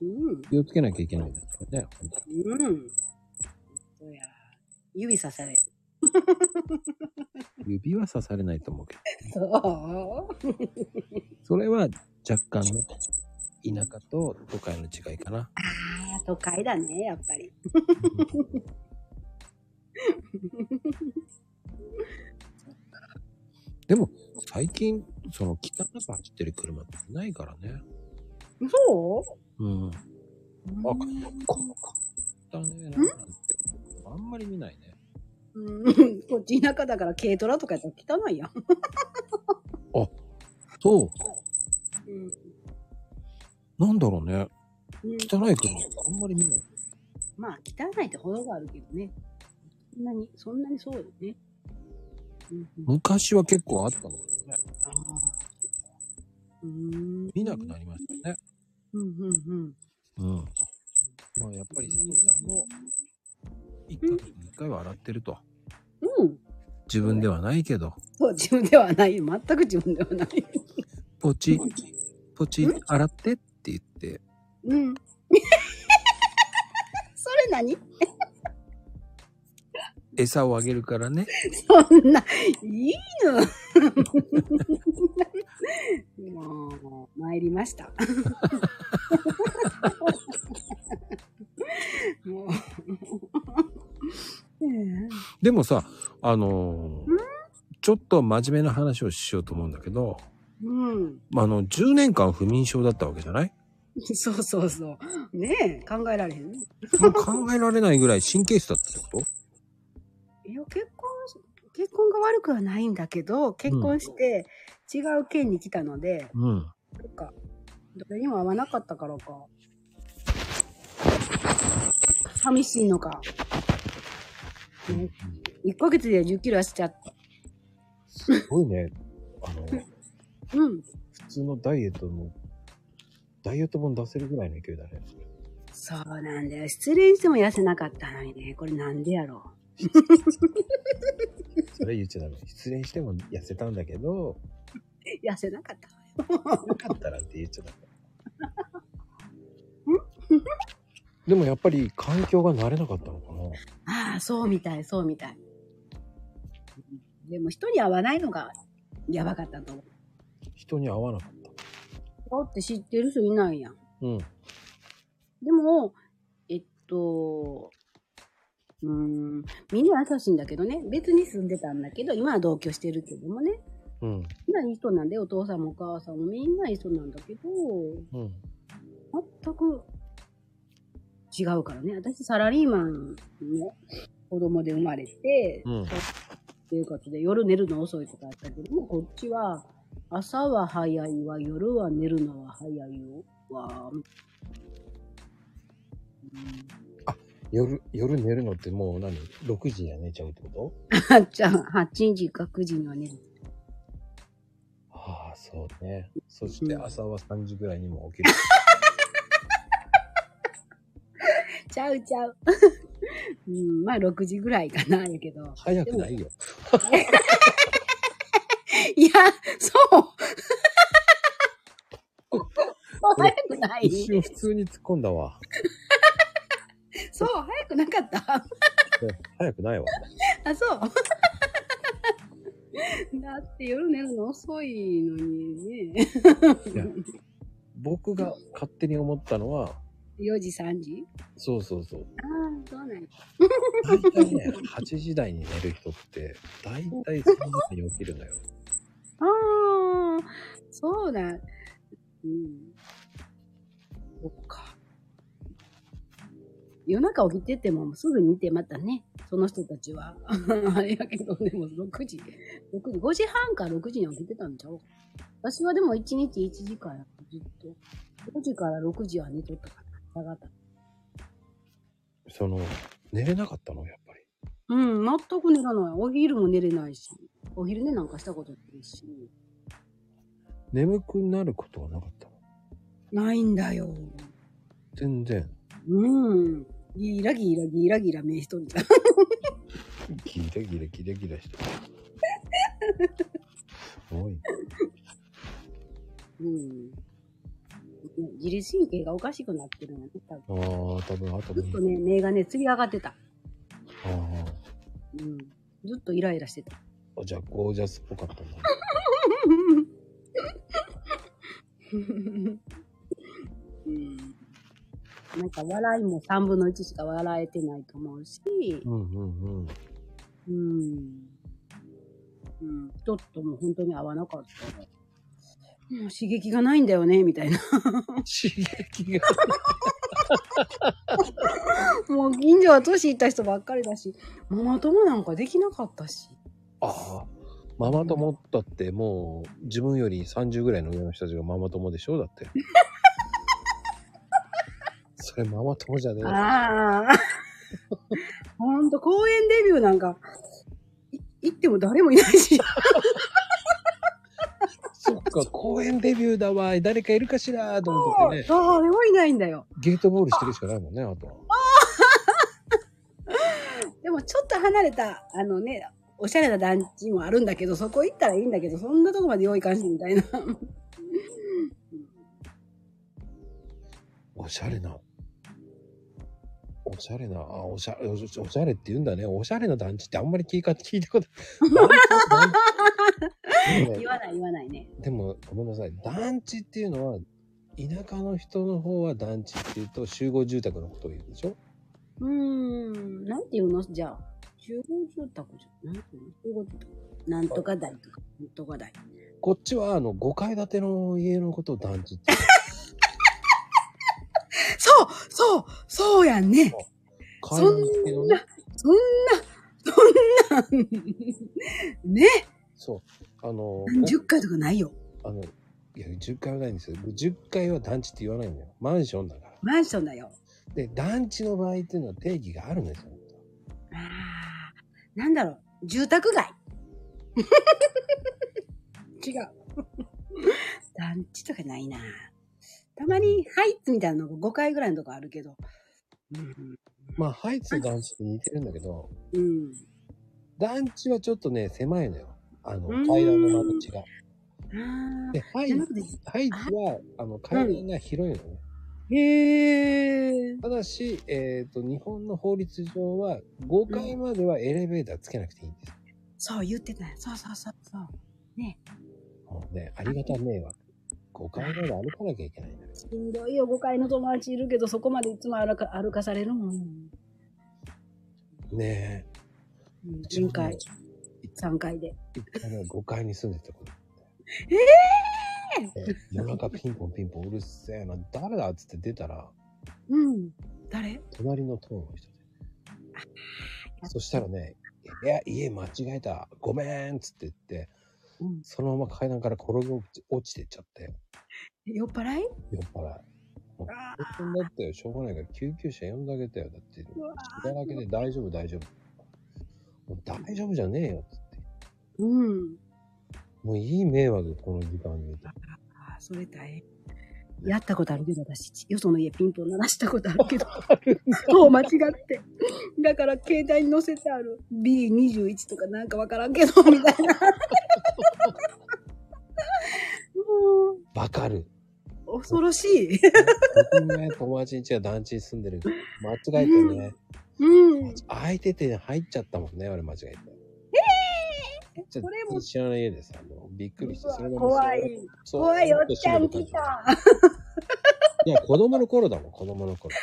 うん。気をつけなきゃいけないですからね。本当うん。そうや。指さされる。に指は刺されないと思うけど。そう。それは若干ね、田舎と都会の違いか な。ああ、都会だね、やっぱり。でも、最近、その汚く走ってる車ってないからね。そうん。あ、うこここだねなんてあんまり見ないね。うん、こっち田舎だから軽トラとかやったら汚いやん。そううん。なんだろうね。うん、汚い車あんまり見ない。まあ、汚いってほどがあるけどね。そんなに、そんなにそうよね。うん、昔は結構あったもんね。ああ。うん。見なくなりましたね。うん、うん、うん。うん。まあやっぱりさとちゃんも、一ヶ月に一回は洗ってると。うん。自分ではないけど、そう、自分ではない。全く自分ではない。ポチ、ポチうん、洗ってって言って、うん。 それ何餌をあげるからね。そんな、いいのもう、参りま した。もう。 うんでもさ、あのーうちょっと真面目な話をしようと思うんだけど、うん。まあ、あの、10年間不眠症だったわけじゃないそうそうそう。ねえ、考えられへんね。もう考えられないぐらい神経質だったってこといや、結婚し、結婚が悪くはないんだけど、結婚して違う県に来たので、うん。なんか、誰にも会わなかったからか。寂しいのか。ね、1ヶ月で10キロ痩せちゃった。すごいね。あの、普うん。通のダイエットの、ダイエット本出せるぐらいの勢いだね。そうなんだよ。失恋しても痩せなかったのにね。これなんでやろそれ言っちゃダメ。失恋しても痩せたんだけど、う。痩せなかった。よかったらって言っちゃダメ。 でもやっぱり環境が慣れなかったのかなああ、そうみたい、そうみたい。でも人に会わないのがやばかったと思う。人に合わなかった。だって知ってる人いないやん。うん。でも、えっと、うーん、みんな優しいんだけどね。別に住んでたんだけど、今は同居してるけどもね。うん。みんないい人なんで、お父さんもお母さんもみんないい人なんだけど、うん。全く違うからね。私、サラリーマンの子供で生まれて、うんっていうことで、夜寝るの遅いとかあったけども、こっちは、朝は早いわ、夜は寝るのは早いわ、み夜、夜寝るのってもう何 ?6 時には寝ちゃうってこたいなじゃあ、8時か9時には寝る。とああ、そうね。そして朝は3時ぐらいにも起きる。ちゃうちゃう。うん、まあ、6時ぐらいかな、やけど。早くないよ。 いや、そう。 早くない一瞬普通に突っ込んだわ。そう、早くなかった。ね早くないわ。あ、そう。 だって夜寝るの遅いのにね。僕が勝手に思ったのは、 4時、3時そうそうそう。ああ、そうなんや大体ね、8時台に寝る人って、大体3時に起きるのよ。ああ、そうだ。うん。そっか。夜中起きててもすぐにてまたね、その人たちは。 あれやけど、でも6時、6時、5時半か6時に起きてたんちゃう私はでも1日1時からずっと、5時から6時は寝とったから、朝方。その、寝れなかったの、やっぱり。うん、全く寝らない。お昼も寝れないし、お昼寝なんかしたことないし、眠くなることはなかったの。ないんだよ。全然。うん。ギラギラギラギラ目しとんじゃん。ギラギラギラギラしてる。 おい。うん。自律神経がおかしくなってるのね、多あ分。あ、多分あとずっとね。ね、目がね、つり上がってた。あうん。ずっとイライラしてた。あ。じゃあ、ゴージャスっぽかったんだ。うん。なんか笑いも3分の1しか笑えてないと思うし、うんうんうん。うん。うん。人とも本当に合わなかったから。もう刺激がないんだよね、みたいな。刺激が。もう近所は年いった人ばっかりだし、ママ友なんかできなかったし。ああ。ママ友だってもう自分より30ぐらいの上の人たちがママ友でしょだ って。それママ友じゃねえ。ああ。 ほんと、公園デビューなんか、い行っても誰もいないし。そっか、公園デビューだわ。誰かいるかしらと思ってね。誰もいないんだよ。ゲートボールしてるしかないもんね、あとは。でも、ちょっと離れた、あのね、おしゃれな団地もあるんだけど、そこ行ったらいいんだけど、そんなとこまで用意かんし、みたいな。おしゃれな。おしゃれな、あ、おしゃれ、おしおしゃれって言うんだね。おしゃれな団地ってあんまり聞いか 聞いたこと団地団地言わ ない言わないね。でも、ごめんなさい。団地っていうのは、田舎の人の方は団地っていうと集合住宅のことを言うでしょうーん、なんて言うのじゃあ、集合住宅じゃん。なんていうの集合住宅。なんとか台とか、なんとか台。こっちは、あの、5階建ての家のことを団地って言う。そうそうそうやんね。階段付きのね。そんな、そんな、ね、そう。あの、何十回とかないよ。あの、いや、10階はないんですよ。10階は団地って言わないんだよ。マンションだから。マンションだよ。で、団地の場合っていうのは定義があるんですよ。あーなんだろう、住宅街。 違う。団地とかないな。たまにハイツみたいなのが5回ぐらいのとこあるけど。うん。まあ、ハイツと団地って似てるんだけど、うん。団地はちょっとね、狭いのよ。あのうーん、階段の間口が。あで、ハあ。イじゃなツ、くて、ハイツは、あの、階段が広いのね。へえ。ただし、えっ、と、日本の法律上は、5階まではエレベーターつけなくていいんです。そう言ってたよ。そうそうそうそう。もうね、ありがた迷惑。5階まで歩かなきゃいけないんだよ。しんどいよ、5階の友達いるけど、そこまでいつも歩か歩かされるもん。ねえ。うん、人うちもね海。い3階で。 5階に住んでたこと。ええで夜中ピンポンピンポンうるせえな、誰だっつって出たら、うん。誰隣のトーンの人で。そしたらね、いや、家間違えた。ごめんっつって言って、うん。そのまま階段から転げ落ち落ちてっちゃって、酔っ払い酔っ払い。あ大変だったよ。しょうがないから救急車呼んであげたよ。だって、うわ血だらけで大丈夫、大丈夫。もう大丈夫じゃねえよっつって。うん。もういい迷惑、この時間 に。ああ、それ大変。やったことあるけど、私、よその家ピンポン鳴らしたことある けど、そう間違って。だから、携帯に載せてある B21 とかなんかわからんけど、みたい な。もわかる。う、恐ろしい。僕もね、友達ん家が団地に住んでるけど、間違えてね、うん。空いてて入っちゃったもんね、俺間違えて。ええそれも知らない家でさ、もうびっくりして、それまま怖い。そう怖い、おっちゃん来。そうた。いや、子供の頃だもん、子供の頃。子供や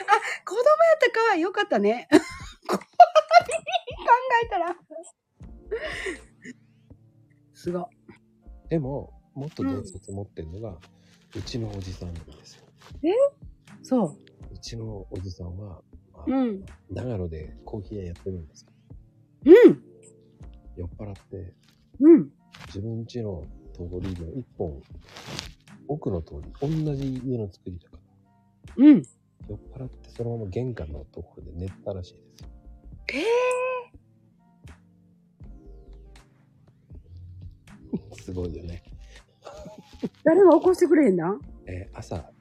ったかわいよかった ね。怖い考えたら。すごい。でも、もっと伝説持ってるのが、うちのおじさんなんですよ。そうちのおじさんは、まあう。うん。長野でコーヒー屋やってるんですけど、うん。酔っ払って、うん。自分家の通りの一本、奥の通り、同じ家の作りだから、うん。酔っ払ってそのまま玄関のところで寝てたらしいですよ。ええすごいよね。誰も起こしてくれへんな。えー朝、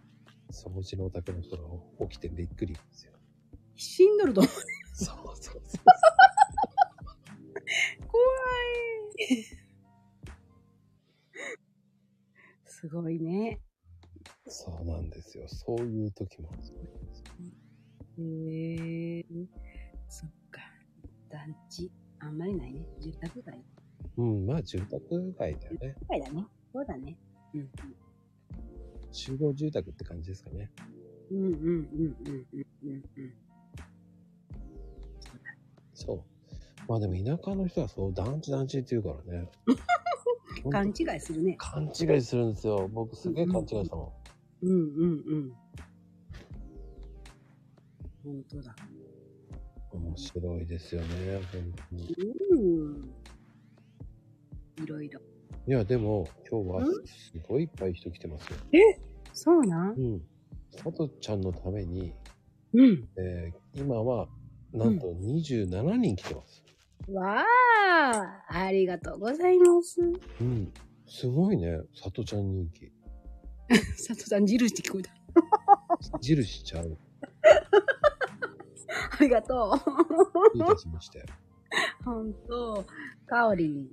そのうちのお宅の人が起きてびっくりですよ。死んど ると思そうそうそう。う。怖い。すごいね。そうなんですよ。そういう時もあるんですよね。へえそっか。団地。あんまりないね。住宅街。うん、まあ住宅街だよね。街だね。そうだね。うん。集合住宅って感じですかね。うんうんうんうんうんうんうん。そう。まあでも田舎の人はそう、団地団地って言うから ね。ほんと勘違いするね。勘違いするんですよ。僕すげえ勘違いしたもん。うんうんうん。本当だ。面白いですよね、本当に。いうん。いろいろ。や、でも、今日はうんすごいいっぱい人来てますよ。そうなんうん。さとちゃんのために、うん。えー今は、なんと27人来てます。わあ、ありがとうございます。うん。すごいね、さとちゃん人気。 佐藤さん、ジルして聞こえた。印ちゃ う。ありがとう。いたしまして。本当。かおりん。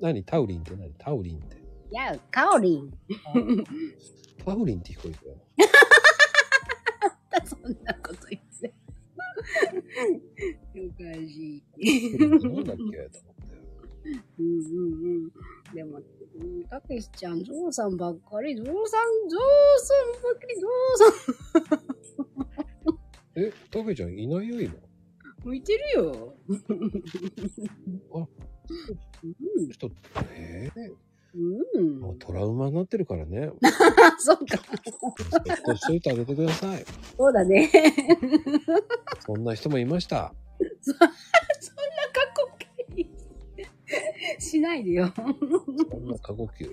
何タウリンって何タウリンって。 いや、かおりん。タウリンって聞こえたよ。 そんなこと言って。 おかしい。なんだっけと思って。うんうんうん。でも、うんたけしちゃん、ゾウさんばっかり、ゾウさん、ゾウさんばっかり、ゾウさえ、タケちゃんいないよ、今。ん。向いてるよ。人、えー、うん。うん。もうトラウマになってるからね。あ、そうか。そっとしといてあげてください。そうだね。そんな人もいました。そそんな過去形しないでよ。そんな過呼吸。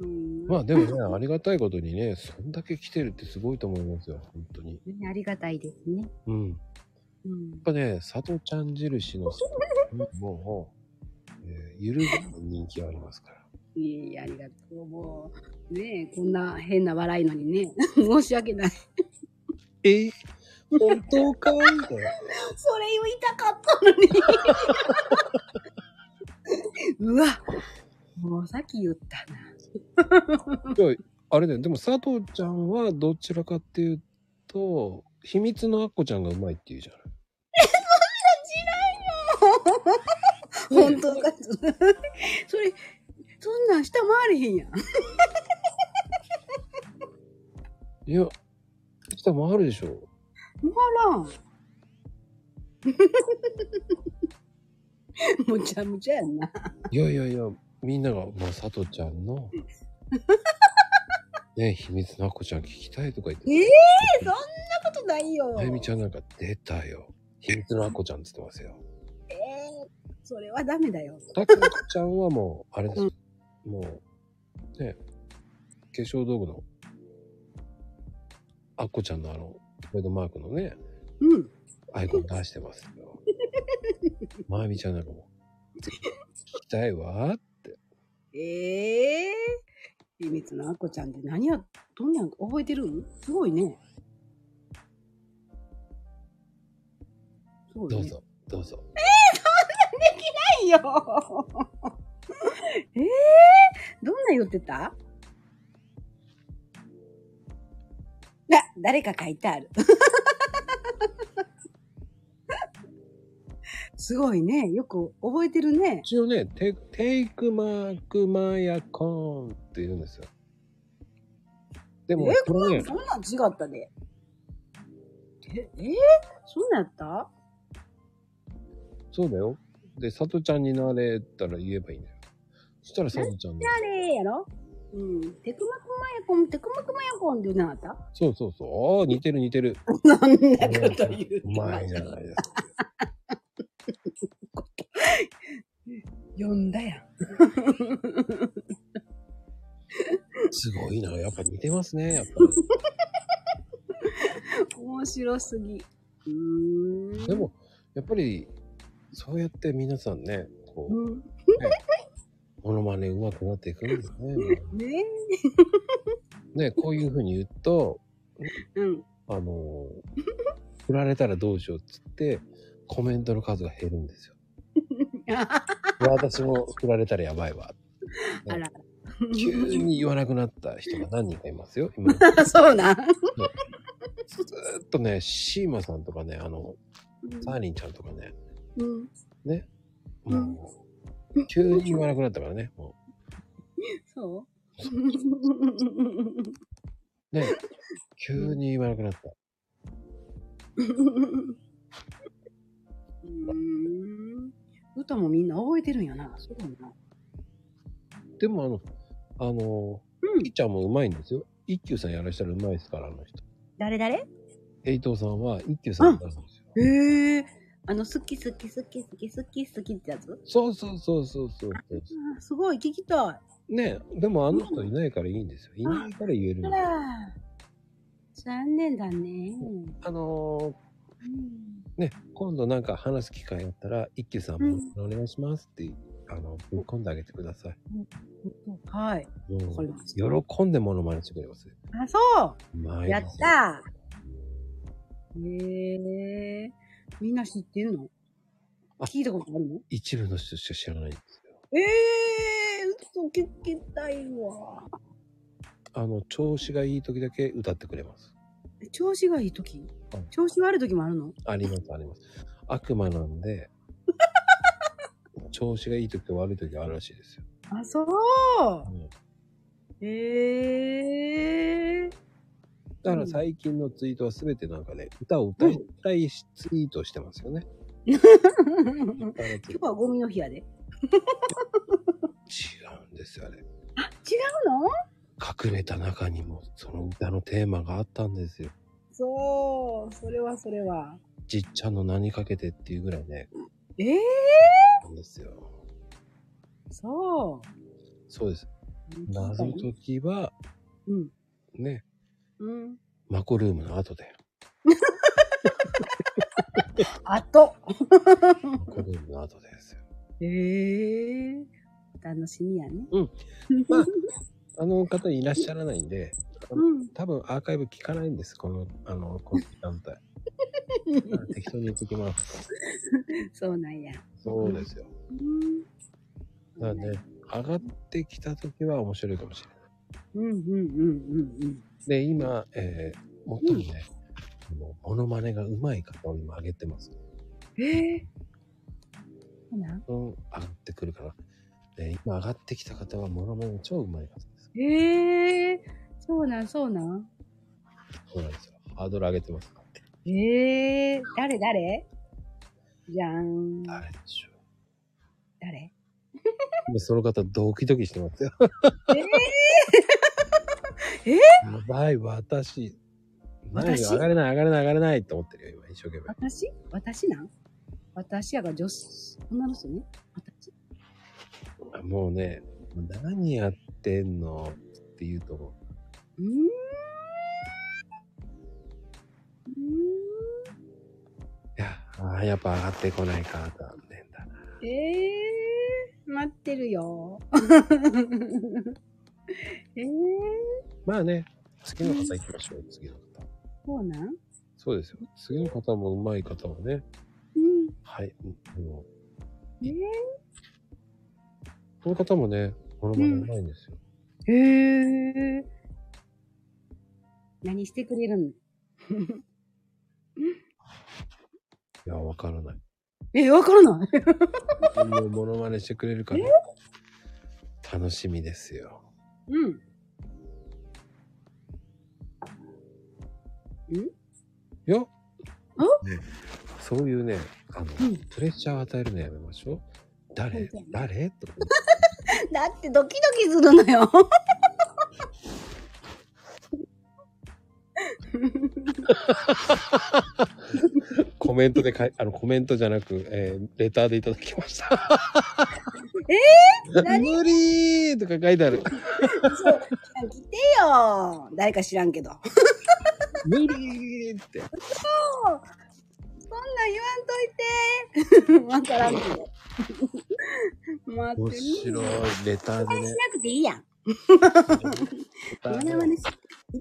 うんまあでもね、ありがたいことにね、そんだけ来てるってすごいと思いますよ、本当に。ねありがたいですね。うん。やうんっ、ぱね、佐藤ちゃん印の、もう、えーゆるがない人気がありますから。いえ、ありがとう。もう、ねえこんな変な笑いのにね、申し訳ない。えー、本当かいってそれ言いたかったのに。 うわ、もうさっき言ったな。いやあれだよ、でも佐藤ちゃんはどちらかっていうと、秘密のアッコちゃんがうまいって言うじゃない。本当だ。 それ、そんなん下回れへんやん。いや、下もあるでしょ。らん。 むちゃむちゃやんな。いやいやいや、みんなが、もう、さとちゃんの、ね、秘密のあこちゃん聞きたいとか言って、ええそんなことないよ。まゆみちゃんなんか出たよ。秘密のあこちゃんって言って ますよ。ええそれはダメだよ。たけちゃんはもう、あれですよ。もう、ね、化粧道具の、あっこちゃんのあの、トレードマークのね、うん。アイコン出してます よ。まゆみちゃんなんかもう、聞きたいわ。ええ秘密のあこちゃんって何や、どんなん覚えてるんすごいね。すごいねどうぞ、どうぞ。ない よ。ええどんな言ってたな、誰か書いてある。 すごいね。よく覚えてるね。一応ね、テテイクマークマヤコーンって言うんですよ。でも、え、ここんれなん、ねそ、んなん違ったで。え、えーそんなんやったそうだよ。で、さとちゃんになれたら言えばいいんだよ。そしたらさとちゃんの、あれやろうん。テクマクマヤコン、テクマクマヤコンって言うなかっそうそうそう、おー似てる似てる。たそんなこと言うてうまますいじゃないですか。呼んだやん。すごいな。やっぱ似てますね。やっぱり。面白すぎ。う ーん。でも、やっぱり、そうやって皆さんね、こう、うん。モノマネ上手くなっていくんですね。ねね、こういう風に言うと、 うん。あのー、振られたらどうしようっつって、コメントの数が減るんですよ。私も振られたらやばいわ。あら。急に言わなくなった人が何人かいますよ。今、ず そうなん。ーっとね、シーマさんとかね、あの、サーリンちゃんとかね、うん。ね、もう、急に言わなくなったからね、も そう。う、ね、急に言わなくなった。うん。歌もみんな覚えてるんやな。そうやな。でもあの、あの、うんい。ちゃんもうまいんですよ。一休さんやらしたらうまいですから、あの人。誰誰エイトーさんは一休さんになるんですよ。へえ。あの、好き好き好き好き好き好きってやつそうそうそうそうそうそう。あすごい、聞きたい。ねでもあの人いないからいいんですよ。いないから言えるんあでら。残念だね。あのうん。ーね、今度なんか話す機会あったら、一休さんもお願いしますって、あの、ぶっ込んであげてください。はい。もわかりましたう、喜んでモノマネしてくれます。あ、そうまいやったへえみんな知ってんのあ聞いたことあるの一部の人しか知らないんですよ。ええー、嘘聞きたいわ。あの、調子がいい時だけ歌ってくれます。調子がいいときうん調子悪いときもあるのあります、あります。悪魔なんで、調子がいい時と悪い時があるらしいですよ。あ、そううんええー。だから最近のツイートは全てなんかね、歌を歌いたいしツイートしてますよね。 今あのツイ日はゴミの日やで。違う違うんですよ、あれ。の隠れた中にもその歌のテーマがあったんですよ。そう、それはそれは。じっちゃんの名にかけてっていうぐらいね、ええなんですよ。ー、そう。そうです。謎解きは、うん。ね、うん。マコルームの後で。あと。マコルームの後ですよ。ええお楽しみやね。 うん。まああの方いらっしゃらないんで、うん。多分アーカイブ聞かないんです、この、あの、この時間帯。 だから適当に言ってきます。そうなんや。そうですよ。うん。だからね、上がってきた時は面白いかもしれない。うんうんうんうんうん。で、今、えー、最もね、もうモノマネが上手い方を今上げてます。ええそうなんうん、上がってくるから。で、今上がってきた方はモノマネが超上手い方です。ええそうなんそうなん。そうなんですよ。ハードル上げてます。えええ誰誰じゃーん。誰でしょ誰う。でその方、ドキドキしてますよ。ええやばい、私。何私上がれない、上がれない、上がれないって思ってるよ、今、一生懸命。私私なん私やが女子、女の人ね。私。もうね、何やってんのって言うと思うーん。うう。いや、ああ、やっぱ上がってこないか、残念だ。ーん。ええ待ってるよ。 ええまあね、次の方行きましょう、次の方。そうなんそうですよ。次の方も上手い方はね、うん。はい、もう、えこの方もね、このまま上手いんですよ。えへえ何してくれるんいや、わからない。え、わからない。もうモノマネしてくれるから、楽しみですよ。うん。いや、ね、そういうね、あの、うんプレッシャーを与えるのやめましょう。誰本当誰とかだってドキドキするのよ。コメントでかい、 あの、コメントじゃなく、えーレターでいただきま した。えー何無理ーとか書いてある。来てよ。誰か知らんけど。そん無理ーって。なん言わんといて。わからんけど。待っ面てみ白い。レターでねし、なくていいやん。レタモーでノマネし、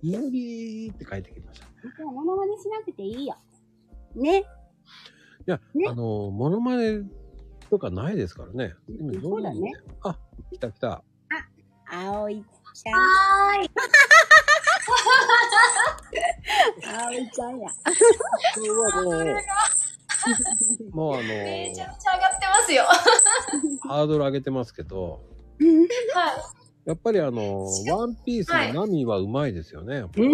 無理ーって書いてきました。いモノマネしなくていいよ。ね。や、ねあの、モノマネとかないですからね。今どなのそうだね。あ、来た来た。あおいちはーい。ゃん。あおいちゃんや。これはもう、もうあの、めちゃめちゃ上がってますよ。 ハードル上げてますけど、はい。やっぱりあの、ワンピースのナミはうまいですよ ね。うんうん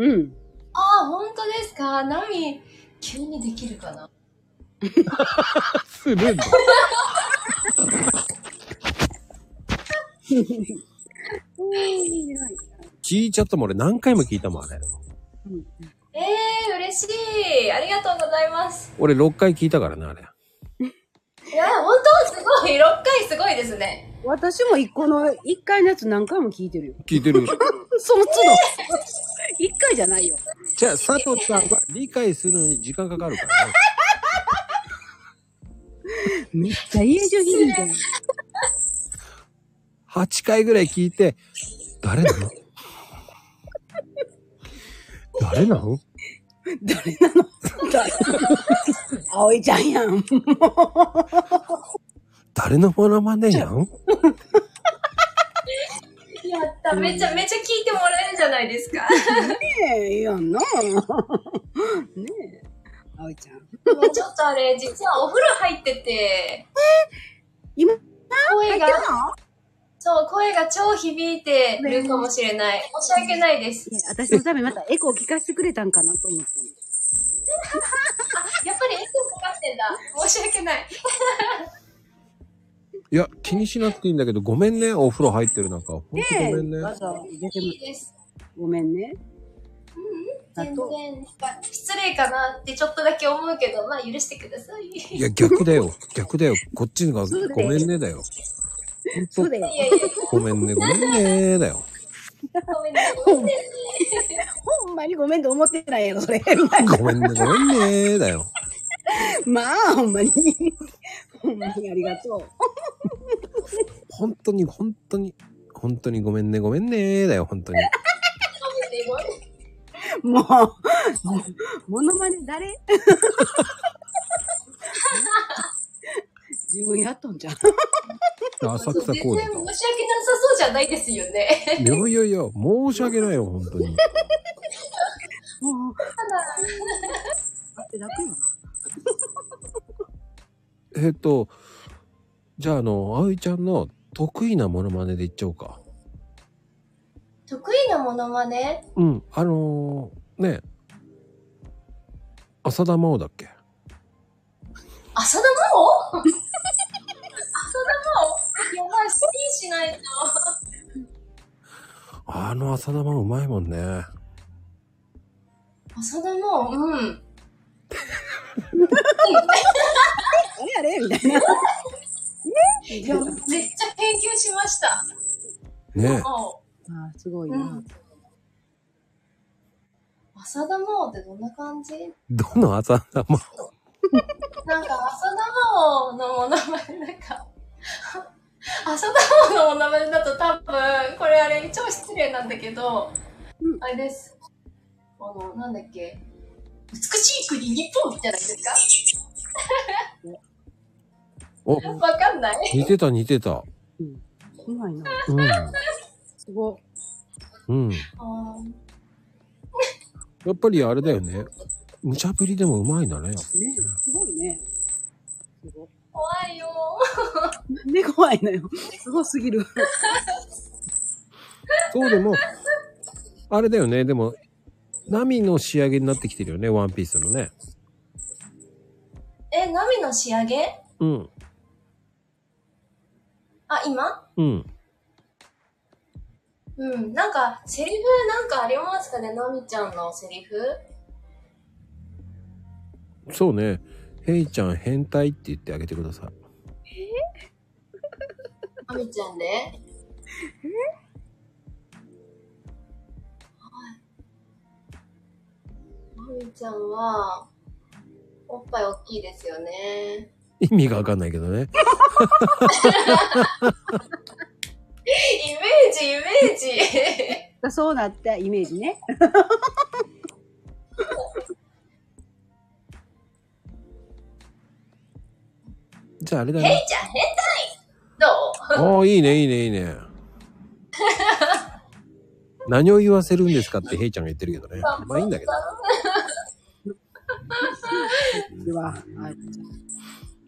うん。ああ、本当ですか。ナミ、急にできるかな。するんだ。面白い。聞いちゃったもん、俺何回も聞いたもん、あれ。うんええー、嬉しい。ありがとうございます。俺6回聞いたからね、あれ。いや、本当すごい。6回すごいですね。私も一個の、一回のやつ何回も聞いてるよ。聞いてる。その都度。 一回じゃないよ。じゃあ、佐藤さんは理解するのに時間かかるからね。めっちゃ家中ひいじゃん。 8回ぐらい聞いて、誰なの誰なの誰なの葵ちゃんやん。もう誰のモノマネやんやった。めちゃめちゃ聞いてもらえるじゃないですか。 ねえ、いいやんな。ねえ、葵ちゃん。もうちょっとあれ、実はお風呂入ってて、今、声が、そう、声が超響いてるかもしれない。申し訳ないです。私のためまたエコー聞かせてくれたんかなと思ったのあ、やっぱりエコーかかってんだ。申し訳ない。いや、気にしなくていいんだけど、ごめんね、お風呂入ってる中。ほんとごめんね。わざわざ出てもいいです。ごめんね。あ全然となんか失礼かなってちょっとだけ思うけどまあ許してください いいや、逆だよ。逆だよ。こっちがそうだよごめんねだよ。ほんとそうだよ。やいやごめんね、ごめんねだよ。ごめんなさいほんまにごめんと思ってないやろ、それ。ごめんね、ごめんねだよ。 まあ、ほんまに。ほんまにありがと本当に、本当に、本当にごめんね、ごめんねだよ、本 当に。ごめんねごめんねう。もう、モノマネ 誰自分やっとんじゃん。浅草全公然園申し訳なさそうじゃないですよねいやいやいや、申し訳ないよ、本当に。もう、ただだって楽よな。えっと、じゃあ、あの、葵ちゃんの得意なモノマネでいっちゃおうか。得意なものまねうん、あのーね、浅田真央だっけ浅田真央浅田真央やばい、スピンしないと。あの浅田真央うまいもんね。浅田真央うん。あれあれみたいな。いや、めっちゃ研究しました。ねも、あーすごいううな。ん。浅田真央ってどんな感じどの浅田真央なんか、浅田真央のモノマネ、なんか、 浅田真央のモノマネだと多分、これあれ、超失礼なんだけど、うんあれです。あの、なんだっけ、美しい国日本みたいなんですかお、わかんない似てた似てた。うまいな。すごうい。ん。うん。あーやっぱりあれだよね。無茶ぶりでもうまいんだね。ね、すごいね。すご怖いよい。なんで怖いのよ。すごすぎる。そうでも、あれだよね。でも、ナミの仕上げになってきてるよね。ワンピースのね。え、ナミの仕上げうん。あ、今うん。うん。なんか、セリフなんかありますかねナミちゃんのセリフそうね。ヘイちゃん変態って言ってあげてください。ナミちゃんでえナミちゃんは、おっぱい大きいですよね。意味がわかんないけどね。イメージ、イメ ージ。だそうなったイメージね。じゃああれだヘイね。ちゃん、変態どうおー、いいね、いいね、いいね。何を言わせるんですかってヘイちゃんが言ってるけどね。まあいいんだけど。では、はい。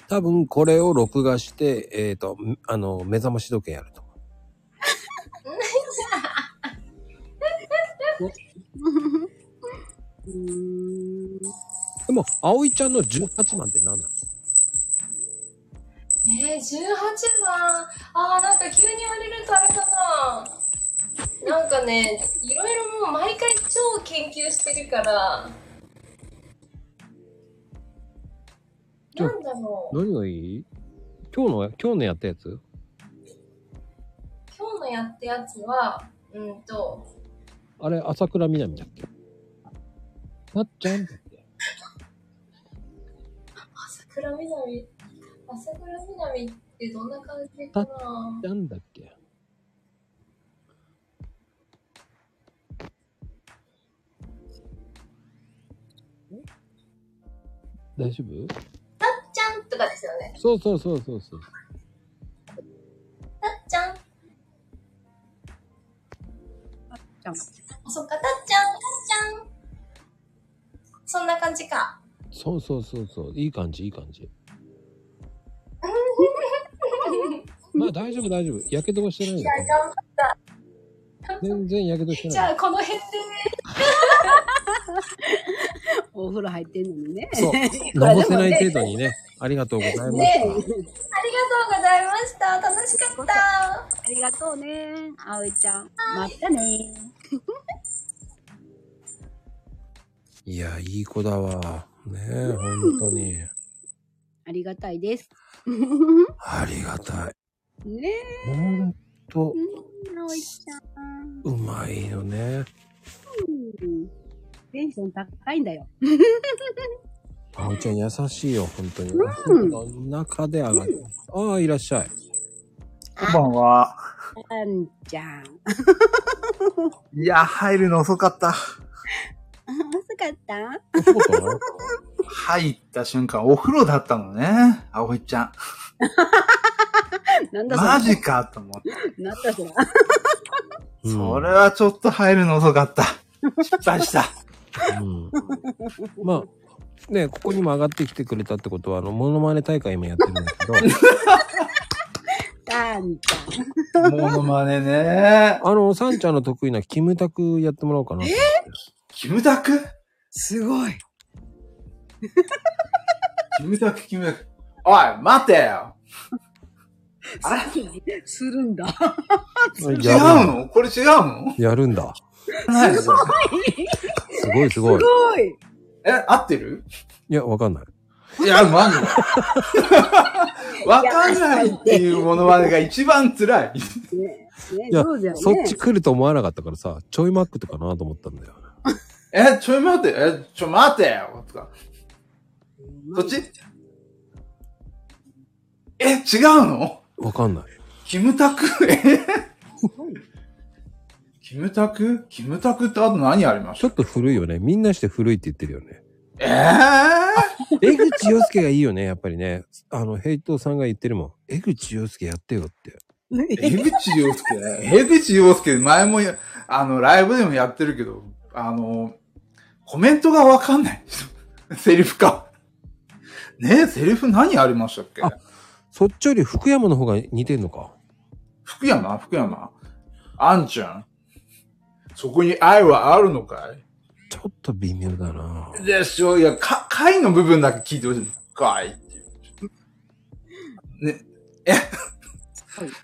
多分これを録画して、えっ、と、あの、目覚まし時計やると。うーん。でも、葵ちゃんの18番って何なのえー、18番。あー、なんか急に言われるとあれかな。なんかね、いろいろもう毎回超研究してるから。ちょなんだろう。何がいい今日の、今日のやったやつ今日のやったやつは、うんと、あれ、朝倉みなみだっけなっちゃんだっけ朝倉みなみ。朝倉みなみってどんな感じかな。なんだっけ大丈夫たっちゃんとかですよね。そうそうそうそうそう。たっちゃん。じゃあ、あ、そっか、たっちゃん、たっちゃん。そんな感じか。そうそうそうそう。いい感じ、いい感じ。まあ大丈夫、大丈夫。やけどはしてないいよや、頑張った。全然やけどしてじない。ゃあ、この辺で、お風呂入ってんの にね。そう。これのぼでせもなねい程度にね、ありがとうございまねしありがとうございました。楽しかった。ありがとうね、あおいちゃん。またね。た。いや、いい子だわ。ねえ、本当 に。ありがたいです。ありがたい。ね本当え、あおいちゃん。うまいよね。うんテンション高いんだよ。あおちゃん優しいよ、本当に。うんお中で上がる。ああ、いらっし ゃい。こんばんは。あんちゃん。いや、入るの遅かった。あ遅かったそうだな入った瞬間、お風呂だったのね。葵ちゃん。なんだそマれ。ジかと思って。なんだそれ。うんそれはちょっと入るの遅かった。失敗した。うんまあ、ね、ここにも上がってきてくれたってことは、あの、モノマネ大会今やってるんだ けど、あんちゃん。モノマネね。あの、サンちゃんの得意なキムタクやってもらおうかな。キムタクすごい。キムタク、キムタク。おい、待てよあれするんだ。やるん違うのこれ違うのやるんだ。ないですすごいすすごごい。い。え、合ってるいや、わかんない。いや、マジだ。 わかんないっていうものまねが一番辛い。ね、ねいやそうじゃんね。そっち来ると思わなかったからさ、ちょいマックとかなと思ったんだよ。え、ちょい待て、え、ちょ待てよとか。そっちえ、違うのわかんない。キムタクえすごいキムタクキムタクってあと何ありましちょたっと古いよね。みんなして古いって言ってるよね。えー、江口洋介がいいよね、やっぱりね。あの、ヘイトさんが言ってるもん。江口洋介やってよって。江口洋介ね。江口洋介、前もや、あの、ライブでもやってるけど、あの、コメントがわかんない。セリフか。ねえ、セリフ何ありましたっけあそっちより福山の方が似てんのか。福山福山あんちゃんそこに愛はあるのかちょっと微妙だないでしょいや、か、愛の部分だけ聞いてほしい。かいっていう。ね、え、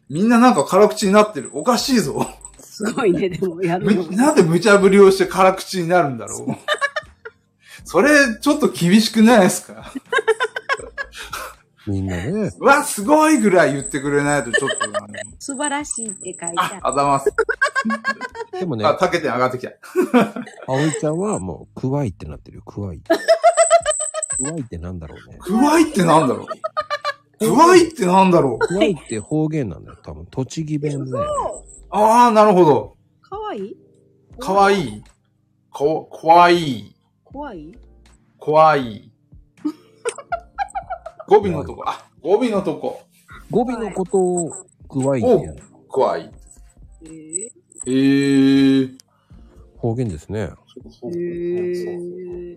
みんななんか辛口になってる。おかしいぞ。すごいね、でも、やるのむなんで無茶ぶりをして辛口になるんだろう。それ、ちょっと厳しくないですかみんなね。うわ、すごいぐらい言ってくれないと、ちょっと、あの素晴らしいって書いてあ あ、る。あざます。でもね、あ、葵たけて上がってきた。ちゃんはもう、くわいってなってるよ、くわい。くわいってなんだろうね。くわいってなんだろうくわいってなんだろうくわいって方言なんだよ、多分。栃木弁で。ああ、なるほど。かわいいかわいい。こ、こわいい。怖いこわい い。語尾のとこ。あ、語尾のとこ。語尾のことを、くわいって言うのこわいい。えーえー。方言ですね。そえそー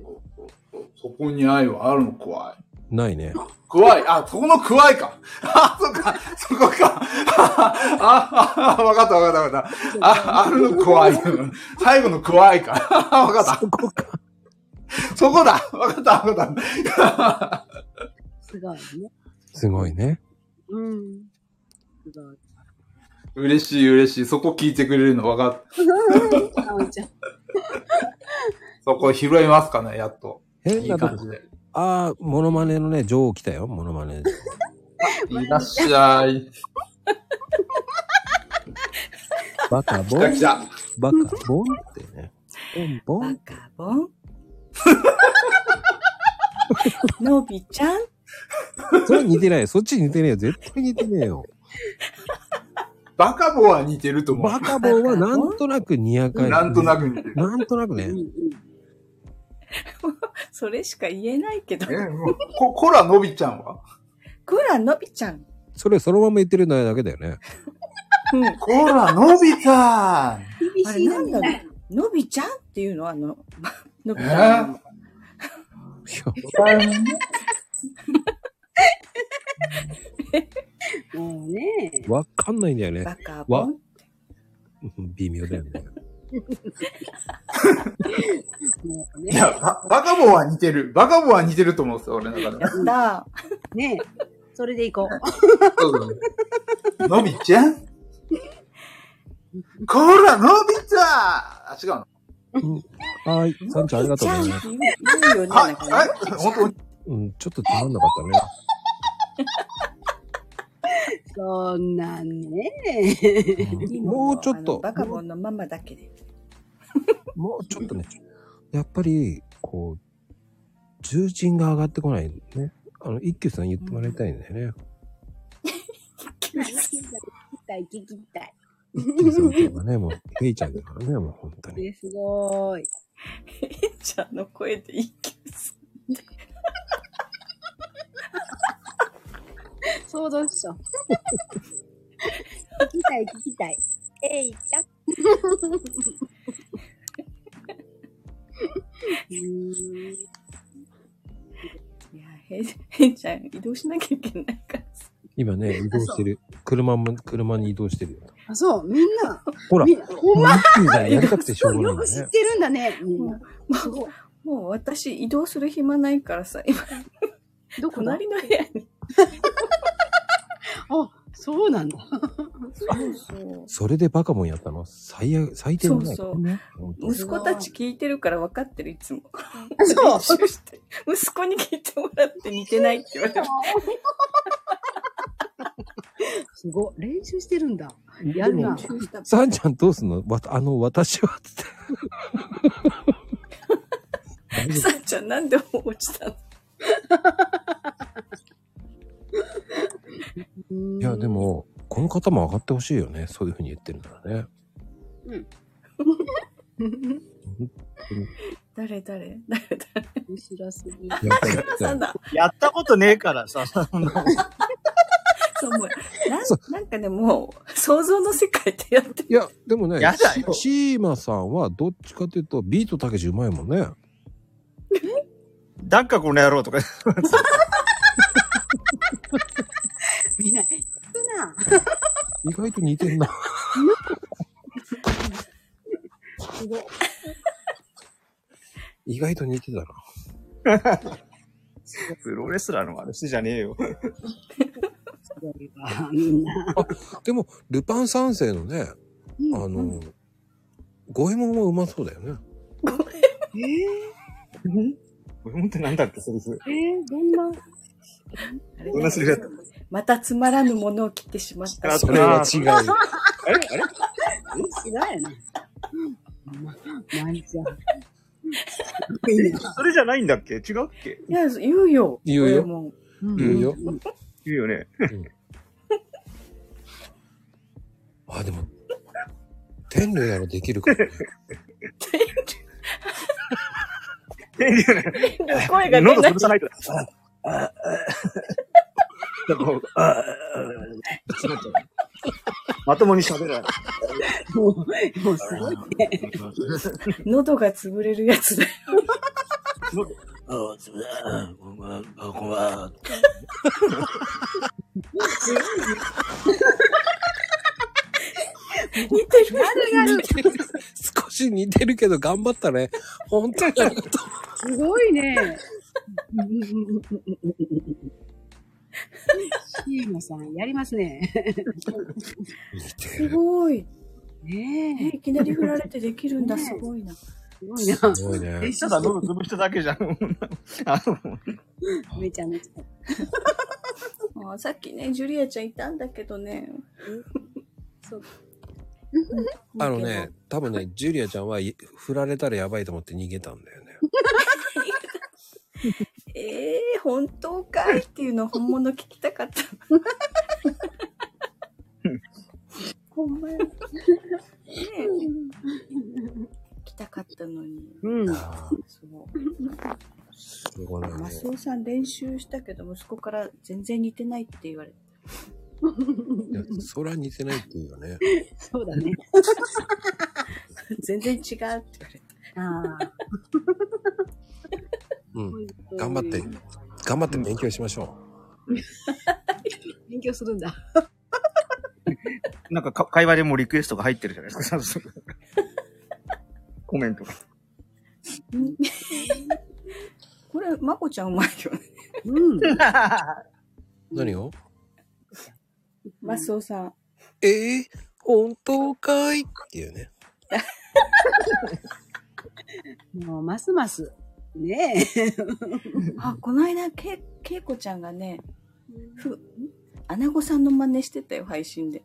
そこに愛はあるの怖い。ないね。怖い。あ、そこの怖いか。あ、そっか。そこか。あ、あわかったわかったわかった。あ、あるの怖い。最後の怖いか。わかった。そこか。そこだ。わかったわかった。すごいね。すごいね。うん。すごい。嬉しい嬉しい。そこ聞いてくれるのわかった。かおちゃん。そこ拾いますかね、やっと。変いいなと感こじ。で。ああ、モノマネのね、女王来たよ、モノマネ。いらっしゃい。バカ来ボたン来、た。バカボンってね。ボンボバン。カボン。のびちゃん。それ似てないよ。そっち似てねえよ。絶対似てねえ よ。バカボは似てると思バカボンはなんとなくにやかう。い。なんとなく似てる。なんとなくうんうね。ん。それしか言えないけど。え、もう、こ、こらのびちゃんはこら、のびちゃん。それそのまま言ってるのだけだよね。うん。こら、のび太ああ厳しれ、いななんんだだろね。う。のびちゃんっていうのは、あの、のびちゃん。いやもうね。わかんないんだよね。バカボン。微妙だよね。もういね。や、ばバカボは似てる。バカボは似てると思うんですよ、俺の中でや。ったねそれでいこう。そうそうそうのびちゃんこら、のび太あ、違うの。うんはーい。サンちゃんありがとうのびねちゃんっ。て言う言うよね。はい、なんかねはい、本うん、ちょっとつまんなかったね。そんなんね。うん今もうちょっあのと、バカボンのママだけで。もうちょっとね、やっぱり、こう、重鎮が上がってこないね。あの、一休さん言ってもらいたいんだよ ね。聞きたい、聞きたい。一休さんっていうのはね、もう、ヘイちゃんだからね、もう本当に。ね、すごい。えいちゃんの声で一気にす想像しちゃう。聞きたい、聞きたい。えい ちゃん。うる。いや、へいへいちゃん移動しなきゃいけないからさ。今ね、移動してる。車も、車に移動してるよ。ーんあ、そう、みんな、 ほら、みもんな、ほうん一休まさんやりたくてしょうがよなくいん知だっね。てるんだね、みんな。すごいもう私移動する暇ないからさ、今どこだ隣の部屋に。あ、そうなんだ。そうそう。それでバカモンやったの最悪、最低のないそうそうね本当息子たち聞いてるから分かってる、いつも。そう練習して息子に聞いてもらって似てないって言われて。すごい。練習してるんだ。やでるもな。さんちゃんどうすんのわたあの、私はつ って。大丈さんちゃんなんでもう落ちたの夫いいや、で。も、この方も上がってほしいよね。そういうふうに言ってるならね。誰誰誰誰面白すぎ。やっぱり母さんだ。やったことねえからさ、そんなそう思う。そなんなんかね、もう、想像の世界ってやっていや、でもね、やだよシーマさんはどっちかというと、ビートたけしうまいもんね。だっかこの野郎とか。見ない。聞くな。意外と似てんな。すごい。意外と似てたな。プロレスラーの話じゃねえよ。すごいわ。みんな。でも、ルパン三世のね、あうんの、五右衛門もうまそうだよね。えー、俺もってなんだって、それそれ。えー、どんな。あれどんなセリフだまたつまらぬものを切ってしまった。そそれれはは違違うう。あれあれ違うよね。ま、まんちゃん。それじゃないんだっけ違うっけいや、言うよ。言うよこれも言うよんん言うよね。あ、でも、天竜ならできるからね。声が出喉ない。潰さないと。だからこうあああまともに喋らない。もう、もうすごいね。喉が潰れるやつだよ。ああ、すみ ません。こんばんは。こんばんは。似てる。 少し似てるけど頑張ったね。本当にありがとすごいね。シーマさん、やりますね。う。似てする。ごい。えねえいきなり振られてできるんだ。すごいな。すごいな。すごいね。ただ喉潰しただけじゃん。あの、めちゃめちゃ。あさっきね、ジュリアちゃんいたんだけどね。 あのね、多分ね、ジュリアちゃんはい振られたらやばいと思って逃げたんだよね。ええー、本当かいっていうの本物聞きたかった。ほんまや。ねえ聞きたかったのに。うん。ああ、そう。すごいね。マスオさん練習したけど、息子から全然似てないって言われて。 いやそら似てないっていうよ ね。そうだね。全然違うって言われて。ああ。うん。頑張って、頑張って勉強しましょ勉強するんだ。なんかか会話でもうリクエストが入ってるじゃないですか。そうそうコメントが。 これ、まこちゃんうまいよね。うん。う。何をマスオさん。ええ本当かいっていうね。もう、ますます。ねえ。あ、この間、け、けいこちゃんがね、ふ、んアナゴさんの真似してたよ、配信で。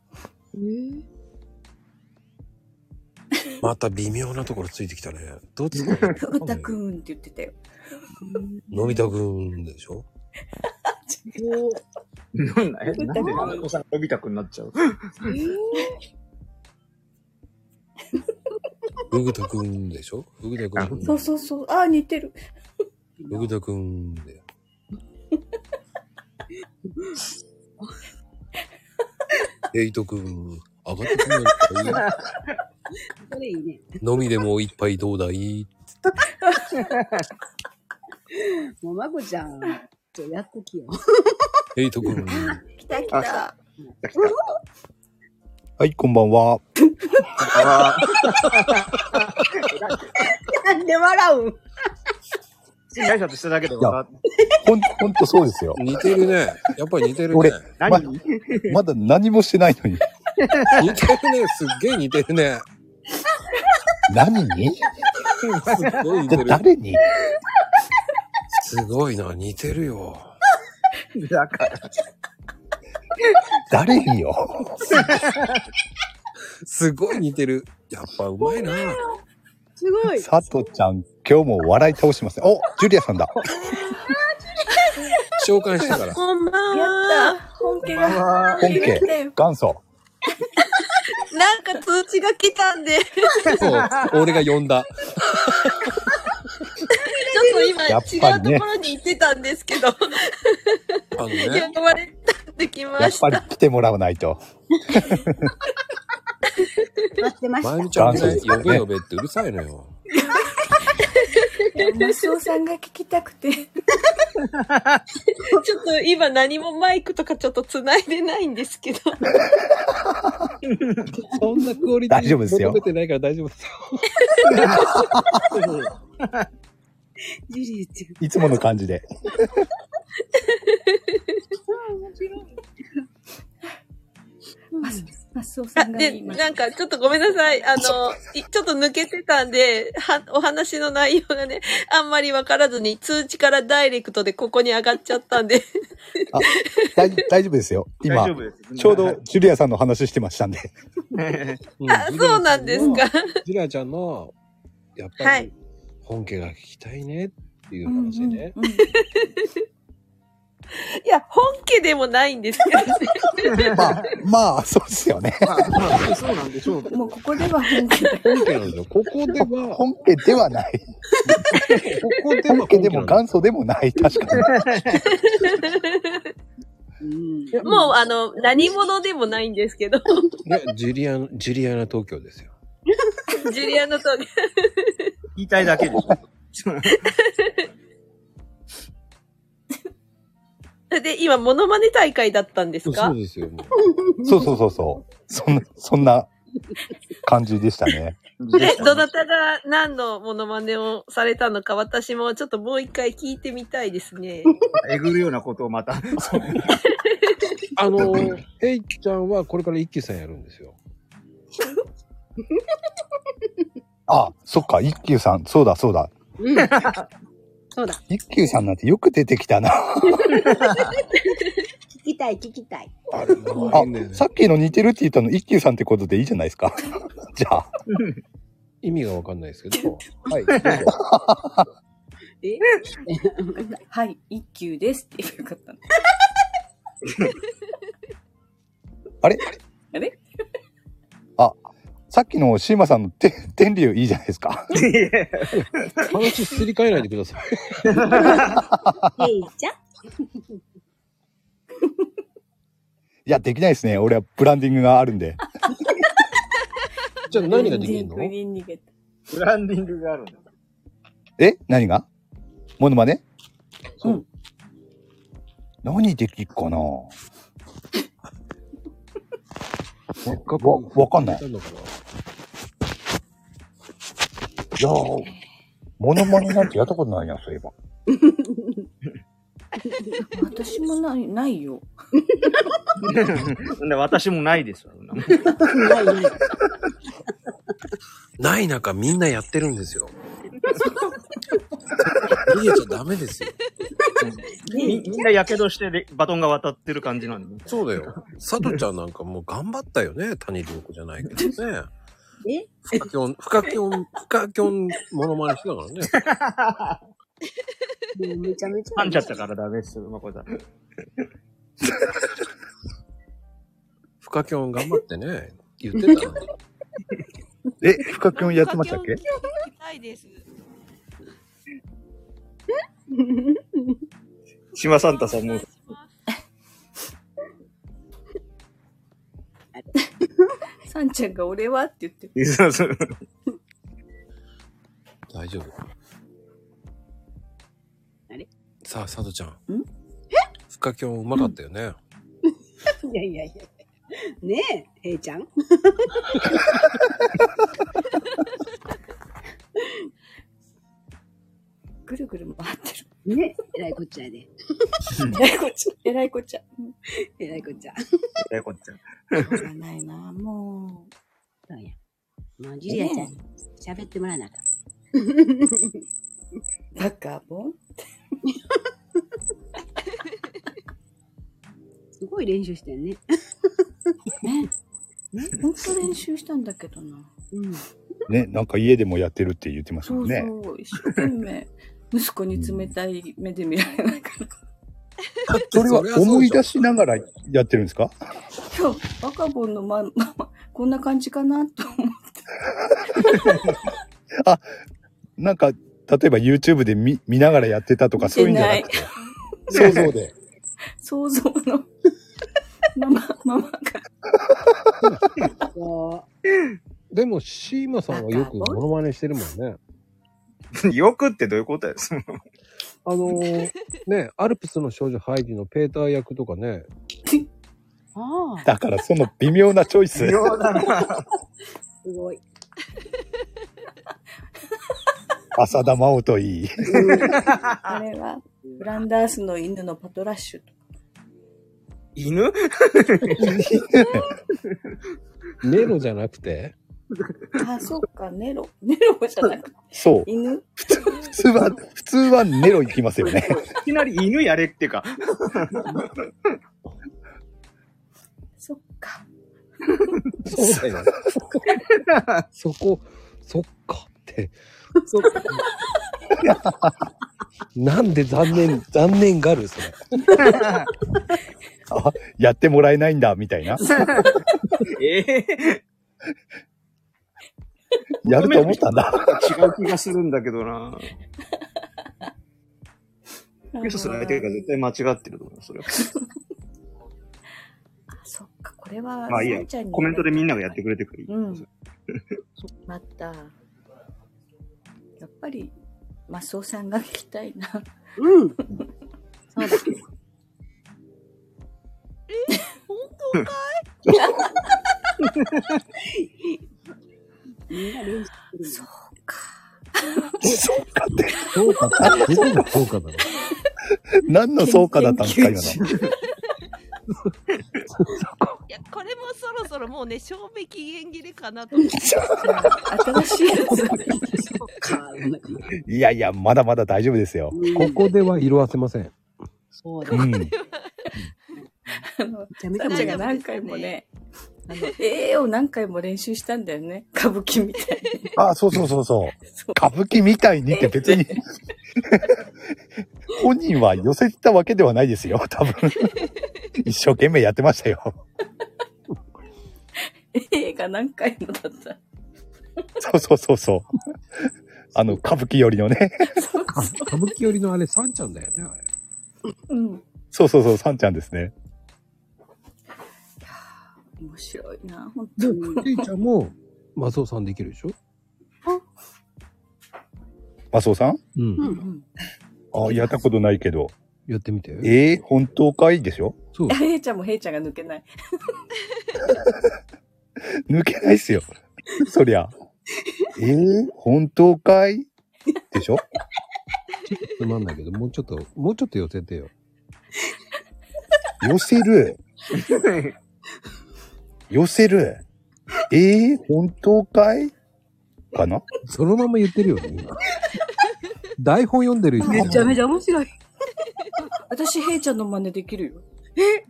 また微妙なところついてきたね。どっち だろふうたくんって言ってたよ。うのび太くんでしょおーなんだえなんであの子さんが伸びたくになっちゃうふぐたくんでしょふぐたくん。そうそうそう。あ、似てる。ふぐたくん で。エイトくん、上がってくんないかそれいいね。 い飲みでも一杯どうだいもう、まこちゃん、ちょ、やっときよ。エイトくん。来た来た。はい、こんばんは。あなんで笑う挨拶しただけで分かっほん、ほんとそうですよ。似てるね。やっぱり似てるね。俺何、まだ何もしてないの に。似てるね。すっげえ似てるね。何にすっごい似てじゃある。誰に すごいな。似てるよ。だから、誰に よ。すごい似てる。やっぱうまいな。すごい。佐藤ちゃん、今日も笑い倒してますね。お、ジュリアさんだ。召喚したから。こんばんやっは。た本家が本家、 元祖。なんか通知が来たんで、ちそう。俺が呼んだ。やょっっぱとりね今、違うところに行ってたんですけど、あのね。呼ばれたんで来やまっしぱた。り来てもらわないと。待ってましまた。ゆみちゃん元祖ねで、す呼からねべ呼べってうるさいのよ。マスオさんが聞きたくて。ちょっと今何もマイクとかちょっと繋いでないんですけど。そんなクオリティ大丈夫ですよ求めてないから大丈夫ですよ。ジュリーちゃん。いつもの感じで。マスマスオさあんがで、今。なんかちょっとごめんなさい。あの、いちょっと抜けてたんで、は、お話の内容がね、あんまりわからずに通知からダイレクトでここに上がっちゃったんで。大大丈夫ですよ。今大丈、夫です。ちょうどジュリアさんの話してましたんで。ね。あ、そうなんですか。ジュラちゃんの、やっはぱりい、本家が聞きたいねっていううんうん話でね。うんいや、本家でもないんですけどね。まあ、まあ、そうです よね。まあまあそうなんでしょうけど。もうここでは本家だ。本家なんですよ。ここでは、こ本家ではない。こでは本家でもなんです元祖でもない。確かに。うん。 もう、あの、何者でもないんですけど。いや、ジュリアン、ジュリアナ東京ですよ。ジュリアのと、言いたいだけでしょ。 で、今、モノマネ大会だったんですそかうですよ。もうそうそうそうそう。そんな、そんな感じでしたね。で、どなたが何のモノマネをされたのか、私もちょっともう一回聞いてみたいですね。えぐるようなことをまた。 そうあの ー、ヘイキちゃんはこれから一休さんやるんですよ。あ、そっか、一休さん。そうだそうだ。うん。そうだ。一休さんなんてよく出てきたな。聞きたい、聞きたい。あれ、あもうね、さっきの似てるって言ったの一休さんってことでいいじゃないですか。 じゃあ。意味がわかんないですけど、はい。えはい、一休ですって言えばよかったの。あれあれさっきのシーマさんのて天竜いいじゃないですか。話すり替えないでくだ さい。ヘイちゃんいや、できないですね。俺はブランディングがあるんで。じゃあ何ができるの全国に逃げた。ブランディングがあるんだ。え何がモノマネそううん。何できっかなわ、わかんない。やるのかないやー、モノマネなんてやったことないな、そういえば。私もない、ないよ。で私もないですわ。そんなもんない中みんなやってるんですよ。逃げちゃダメですよ。 みみんなやけどしてでバトンが渡ってる感じなんで。そうだよ。佐藤ちゃんなんかもう頑張ったよね。谷良子じゃないけどね。えフカキョン、フカキョン、フカキョンモノマネしてたからね。もうめちゃめちゃ。噛んじゃったからダメですよ、まこさん。フカキョン頑張ってね。言ってたのに。え、深くんやってましたっけ聞きたいです。島サンタさんも。サンちゃんが俺はって言ってる。そうそう大丈夫。あれさあ、佐藤ちゃん。んフカキョンうまかったよね。いやいやいや。ねえ、ヘイちゃん。ぐるぐる回ってえらいこっちゃ。えらいこっちゃ。うんえらいこっちゃ。えらいこっ ちゃ。しょうがないな、もう。そうや。まあ、ジュリアちゃん、喋ってもらわなあかん。バカボン。すごい練習してんね。ね。ほんと練習したんだけどな。うん。ね、なんか家でもやってるって言ってましそたもんうね。そう、一生懸命。息子に冷たい目で見られない から。それは思い出しながらやってるんですか今日、バカボンのまま、こんな感じかなと思なんか、例えば YouTube で見見ながらやってたとかそういうんじゃなくて、想像で。想像 のまま、ままが。 でも、シーマさんはよくモノマネしてるもんね。よくってどういうことです あの ー、ね、アルプスの少女ハイジのペーター役とかね、ああ、だからその微妙なチョイス。妙だな。すごい。浅田真央といい。あれは、フランダースの犬のパトラッシュとか。犬ネロじゃなくて、あ、そうか、ネロ。ネロじゃなくて、そう。犬普通は、普通はネロ行きますよね。いきなり犬やれって か。そっか。そうだ よ。そこ、そっかって。そ なんで残念、残念がる、それ。あやってもらえないんだ、みたいな。ええやると思ったんだ。違う気がするんだけど な。リクエストする相手が絶対間違ってると思います。それはあそっか、これは、まあいいやさんちゃんにコメントでみんながやってくれてくればいい。うん。また、やっぱり、マスオさんが聞きたい な。うん。そうだ。当かいみんな練習してそるうか。そうかって。評価だ。どこが評価だろう。何のそうかだったんですか、今の。今いや、これもそろそろもうね、賞味期限切れかなと思って。の。新しいやつ。そうか。うまいいやいや、まだまだ大丈夫ですよ。ここでは色あせま せん。そうだう。ん。あのめちゃめちさゃん大ちゃ丈んが何回もね、あの、ええを何回も練習したんだよね。歌舞伎みたいに。あ、そうそうそうそう。そう歌舞伎みたいにって 別に本人は寄せてたわけではないですよ多分一生懸命やってましたよええが何回もだった。そうそうそうそうあの歌舞伎よりのねか歌舞伎寄りのあれ、サンちゃんだよね。うん。そうそうそうさんちゃんですね面白いな、本で当に。、ケイちゃんも、マスオさんできるでしょマスオさんうんううん。あやったことないけどやってみて。えー、本当かいでしょそう。ヘイちゃんもヘイちゃんが抜けない。抜けないっすよそり ゃえー、本当かいでしょつまんないけど、もうちょっと、もうちょっと寄せてよ。寄せる寄せるえー、本当かいかなそのまま言ってるよね、 今。台本読んでる人めちゃめちゃ面白い。 私、ヘイちゃんの真似できるよ。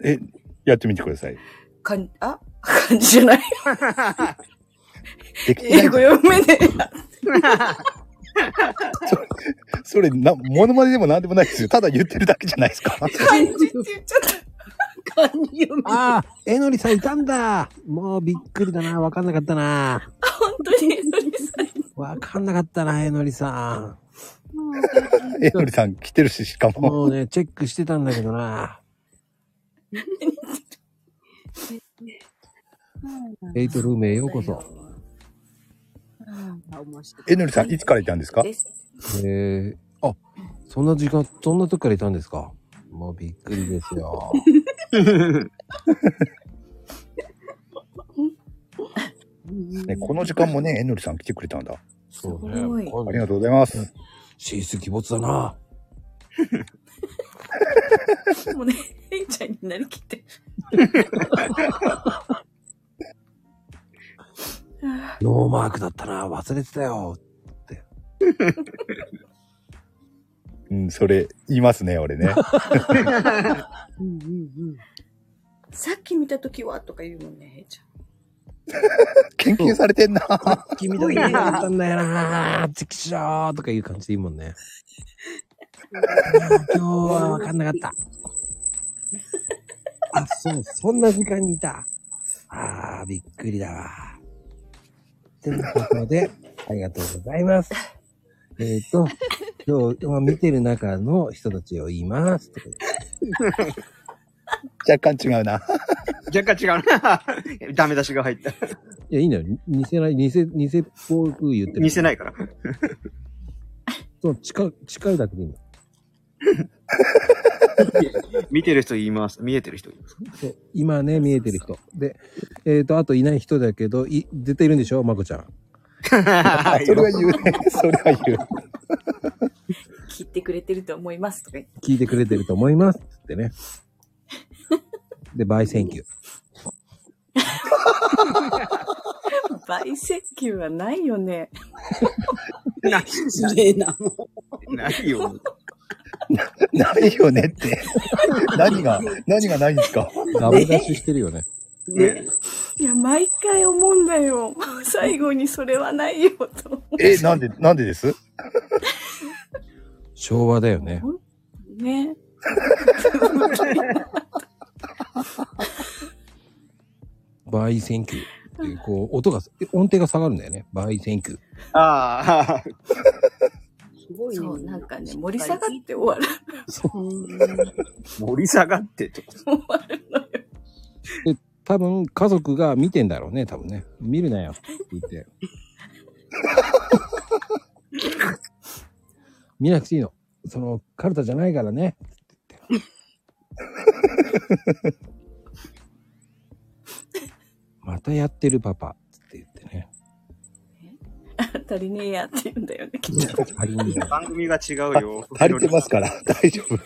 えやってみてくださいかん、あ感じじゃない。できてない英語読めねえ。それな、モノマネでもなんでもないですよ。ただ言ってるだけじゃないです か。漢字って言っちゃった。漢字読めない。ああ、えのりさんいたんだ。もうびっくりだな。わかんなかったな。本当に、それさ、わかんなかったな、えのりさえのりさん来てるし、しかん。も。もうね、チェックしてたんだけど な。エイトルームへようこそ。あ面白い。えのりさん、いつからいたんですかです。えー、あ、そんな時間、そんな時からいたんですか。もうびっくりですよ。ね、この時間もね、えのりさん来てくれたんだ。そう すごいね。ありがとうございます。進出鬼没だな。もうね、ヘイちゃんになりきって。ノーマークだったな、忘れてたよ。うん、それ、言いますね、俺ね。さっき見たときはとか言うもんね、ヘイちゃん。研究されてんな。君だけだったんだよなー、チキショーとかいう感じでいいもんね。今日はわかんなかった。あ、そう、そんな時間にいた。あー、びっくりだわ。ということで、ありがとうございます。えっ、ー、と、今日、まあ見てる中の人たちを言います。とか言って若干違うな。若干違うな。 ダメ出しが入った。いや、いいんだよ。偽ない、偽、偽っぽく言ってる。見せないから。 そう、近う、近うだけでいいんだ。見てる人言います。見えてる人言い ます。そう、今ね、見えてる人。で、えっ、と、あといない人だけど、い、絶対いるんでしょまこちゃん。あそれは 言うね。それは言う。聞いてくれてると思いますとか言 って。聞いてくれてると思います。つってね。で、バイセンキュー。倍接近はないよね。ない、すげえな、もう。ないよ。ないよね って。何が、何がないんですかダメ出ししてるよね。ね、いや、毎回思うんだよ。最後にそれはないよ、と。え、なんで、なんでです昭和だよね。ね。バイセンキューっていう、こう、音が、音程が下がるんだよね。バイセンキュー。ああ、すごいね。そう、なんかね、盛り下がって終わる。盛り下がってと。終わるのよ。多分、家族が見てんだろうね、多分ね。見るなよって言って。 見なくていいの。その、カルタじゃないからね。またやってるパパって言ってね。足りねえやって言うんだよね、きっと。仮に番組が違うよ。足りてますから、大丈夫。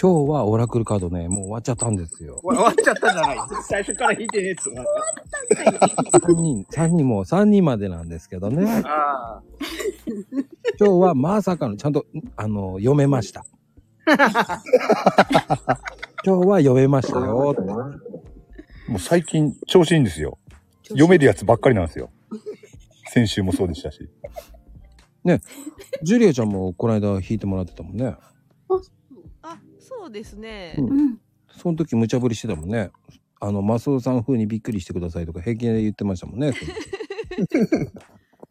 今日はオラクルカードね、もう終わっちゃったんですよ。終わっちゃったじゃない。最初から引いてねえっつうの3人、3人も、3人までなんですけどね。ああ。今日はまさかの、ちゃんと、あの、読めま した。今日は読めましたよって。もう最近、調子いいんですよ。読めるやつばっかりなんですよ。先週もそうでしたし。ジュリアちゃんもこの間弾いてもらってたもんね。あ、そうですね。うんうん。その時無茶ぶりしてたもんね。あの、マスオさん風にびっくりしてくださいとか平気で言ってましたもんね。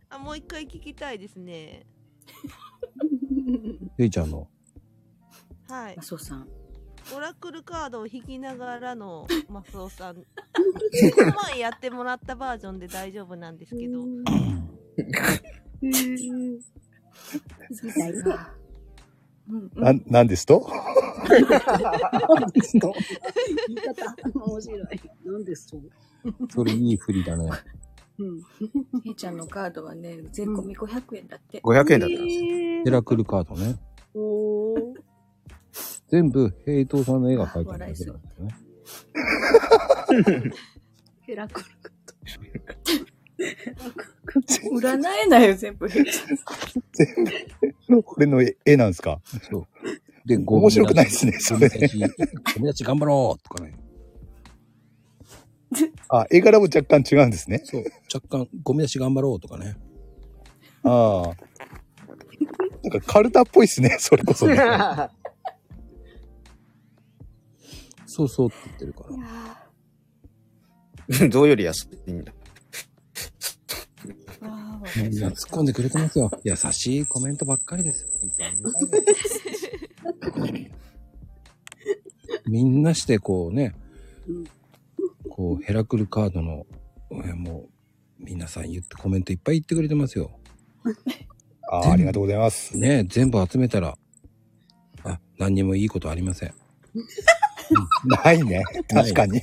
あ、もう一回聞きたいですね。ゆいちゃんの。はいマ。ソさん。オラクルカードを引きながら のマスオさん。この前やってもらったバージョンで大丈夫なんです けど。さすが。うんう、なんん、なんですと言い方、面白い。なんでそうそれいい振りだね。うん。ヘイちゃんのカードはね、税込み500円だって。 500円だったんです。ヘラクルカードね。おー。全部平等さんの絵が描いてあるだけなんだよね。ヘラクルカ占えないよ、全部。ヘイち俺の絵絵なんですかそう。で、面白くないですね、そゴミれ。出し。ゴミ出し頑張ろうとかね。あ、絵柄も若干違うんですね。そう。若干、ゴミ出し頑張ろうとかね。ああ。なんかカルタっぽいっすね、それこ そね。そうそうって言ってるからゃん。。あ どうより安いんだ。ーわかみんな突っ込んでくれてますよ。優しいコメントばっかりですよ。本当にありがたいですみんなしてこうね、こうヘラクルカードの、えもう皆さん言ってコメントいっぱい言ってくれてますよ。ああ、ありがとうございます。ねえ全部集めたら、あ、何にもいいことありません。ないね。確かに。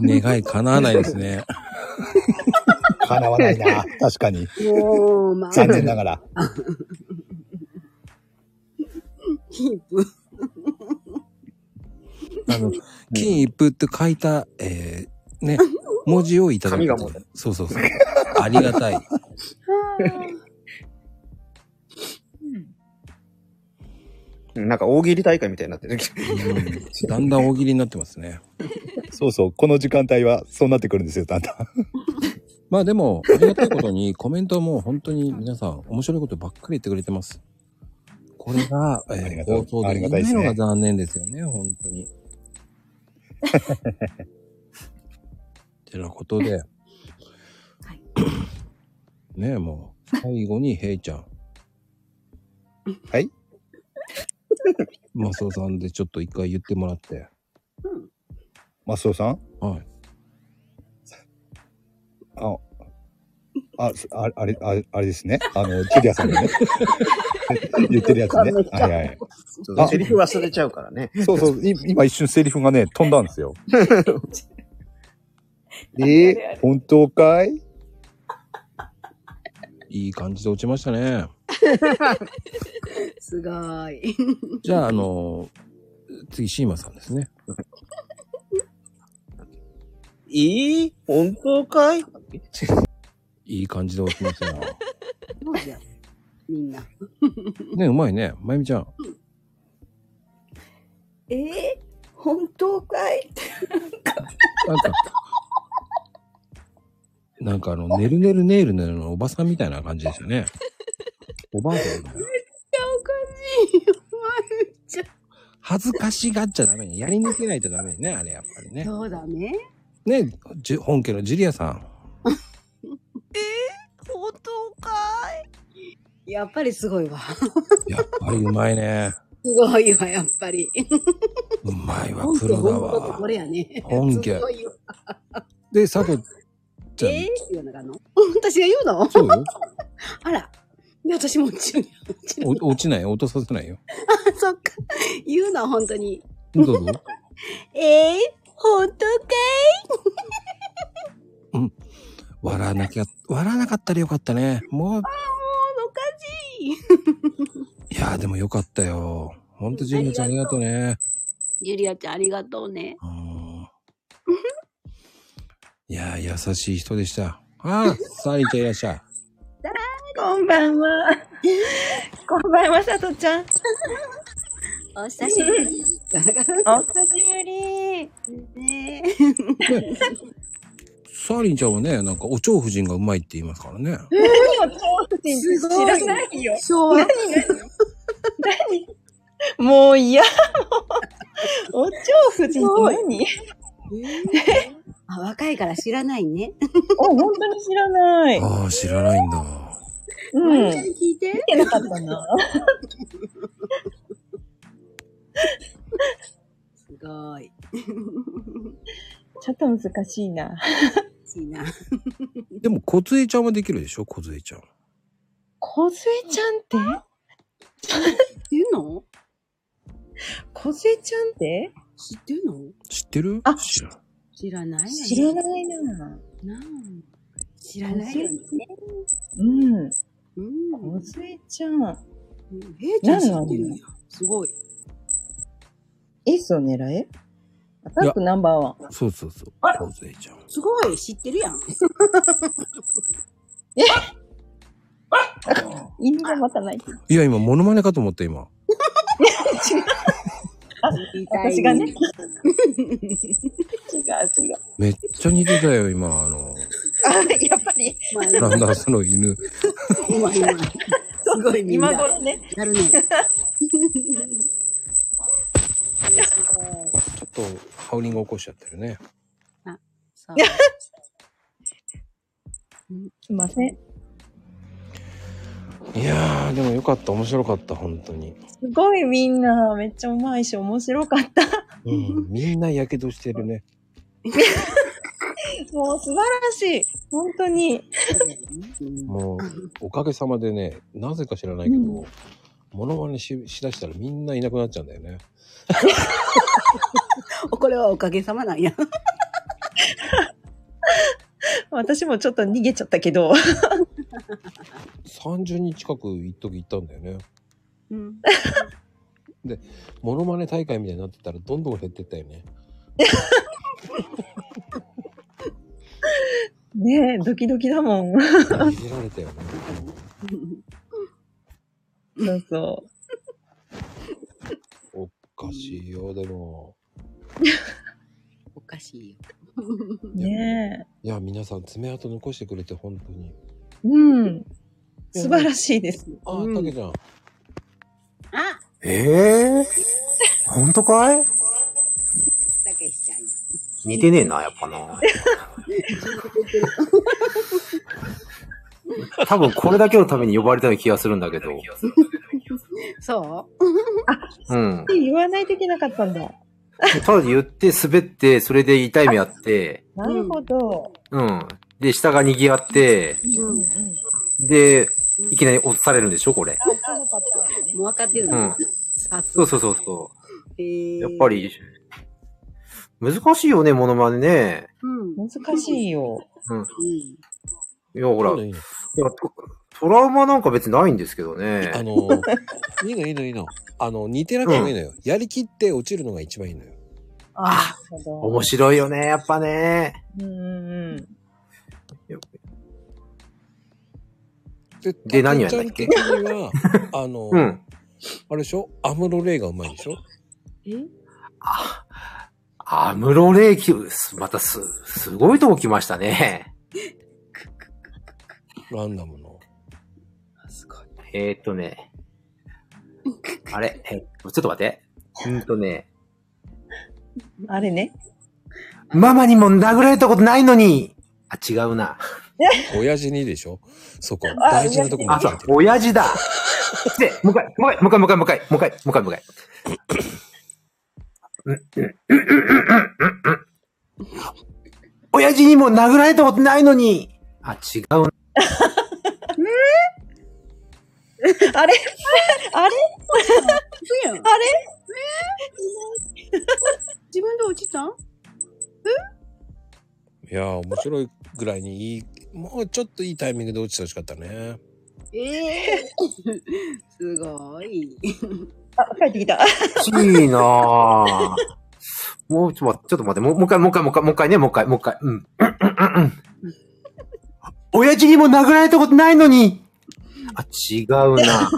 願い叶わないで すね。叶わないな。確かに。 ー。もう、まあ、残念ながら。キープ。あの、金一封って書いた、えー、ね、文字をいただ紙く。がもうねそうそうそう。ありがたい。なんか大喜利大会みたいにな ってる。だんだん大喜利になってますね。そうそう、この時間帯はそうなってくるんですよ、だんだん。まあでも、ありがたいことに、コメントはもう本当に皆さん、面白いことばっかり言ってくれてます。これが、え ありー、がとう放送あでりきながたいでいすのねが残念ですよね、本当に。 てなことで、はい ねえ、もう、最後に、ヘイちゃん。はいマスオさんでちょっと一回言ってもらって。 マスオさんはい。あ、あ、すああれ、あれあれですね。あの、ジュリアさんがね。 言ってるやつね。はいはい。ちょっとセリフ忘れちゃうからね。そうそう、い今一瞬セリフがね、飛んだんです よ。あえー、本当かいいい感じで落ちましたね。すごーい。じゃあ、あの次、シーマさんですね。いい本当かいいい感じで落ちましたよ。どうじゃみんな。ね、うまいね。まゆみちゃん。えー、本当かいなんか、なんかあの、ねるねるねるねるのおばさんみたいな感じでしたね。おばあさんみたいな。いや、おかしいよ。恥ずかしがっちゃダメね。やり抜けないとダメね、あれやっぱりね。そうだね。ね、じゅ本家のジュリアさん。本当かいやっぱりすごいわ。やっぱりうまいね。すごいわ、やっぱり。うまいわ、本プ家ロだ本当ってこわ。れやね。本家すごいよ。で、佐藤ちゃん。えー、言うのかの私が言うのそうよ。あら。で私も一緒に。お落ちないよ。落とさせないよ。あ、そっか。言うの、本当に。どうぞ。えー、本当か笑わなきゃ、笑わなかったらよかったね。もう、おかいやーでもよかったよ。ほんと、ジュニアちゃんありがとうね。ゆりあちゃん、ありがとうね。うんいやー優しい人でした。ああ、サリーちゃんいらっしゃい。こんばんは。 こんばんは、さとちゃん。お久しぶり。お久しぶり。ねサリーちゃんはね、なんか、お蝶夫人がうまいって言いますからね。すご知いらないよ。昭和。もう嫌。お蝶夫人って何あ若いから知らないね。お、本当に知らない。ああ、知らないんだ。うん。聞見いて。てなかったな。すごい。ちょっと難しいな。いいな。でも、小杖ちゃんはできるでしょ小杖ちゃん。小杉ちゃんって知ってんの小杉ちゃんって知ってんの知ってるあ知らん知らない知らないな。なあ知らないよね。うん。うん。小杉ちゃん。平ちゃん知何なのってるんや。すごい。エースを狙えアタックナンバーワン。そうそうそう。小杖ちゃん。すごい知ってるやん。犬がまたない。いや、今、モノマネかと思った、今。私がね。違う違う。めっちゃ似てたよ、今、あの、あ、やっぱり、うまい。ランダースの犬。うまい。うまいすごいみんな。今頃ね。やるね。ちょっと、ハウリング起こしちゃってるね。そうすいません。いやー、でもよかった、面白かった、本当に。すごいみんな、めっちゃうまいし、面白かった。うん、みんな火傷してる ね。もう素晴らしい。本当に。うんもう、おかげさまでね、なぜか知らないけど、モノマネししだしたらみんないなくなっちゃうんだよね。これはおかげさまなんや。私もちょっと逃げちゃったけど。 30人近く一時行ったんだよね。うん で、モノマネ大会みたいになってたらどんどん減ってったよ ね。ねえ、ドキドキだもん。入れられたよね。そうそおかしいよ、でも。おかしいよ。う。ねいや、皆さん爪痕残してくれて本当に。え。うん。素晴らしいです。あ、たけちゃん。あええー、ほんとかいたけしちゃん。似てねえな、やっぱ な。多分これだけのために呼ばれたような気がするんだけど。そううん。言わないといけなかったんだ。ただ言って滑って、それで痛い目あって、なるほど。うん。で、下が賑わって、うんうん。で、いきなり落とされるんでしょ、これ。もう分かってるうのん。さすそがうそうそうそへーう。やっぱり、難しいよね、モノマネね。うん。うん。難しいよ。うん。いや、ほら、いいのいいいのやトトラウマなんか別にないんですけどね。あの、いいのいいのいいの。あの、似てなくてもいいのよ。やりきって落ちるのが一番いいのよ。ああ、なるほど。面白いよね、やっぱね。うんうんうん。で、で何やたんだけっちゃけん的には、あの、うん。あれでしょアムロレイがうまいでしょえアムロレイキ、すまたす、すごいとこ来ましたね。ランダムの。えー、っとね。あれ、えちょっと待って。うんとね。あれね。ママにも殴られたことないのにあ、違うな。親父にでしょそこ。あ大事なとこ間あ、そう違だえて、る。親父だ。 で、もう一回、もう一回、もう一回、もう一回、もう一回、もう一回、もう一回。親父にも殴られたことないのにあ、違うな。そうあれあれやん。あれ自分で落ちたんいやー、面白いぐらいにいい、もうちょっといいタイミングで落ちてほしかったね。ええすごい。あ、帰ってきた。おかしいなぁ。 もうちょっと待って、ちょっと待って、もうもう一回、もう一回、もう一回、もう一回ね、もう一回、もう一回。うん。うんうんうんうん。親父にも殴られたことないのにあ、違うな。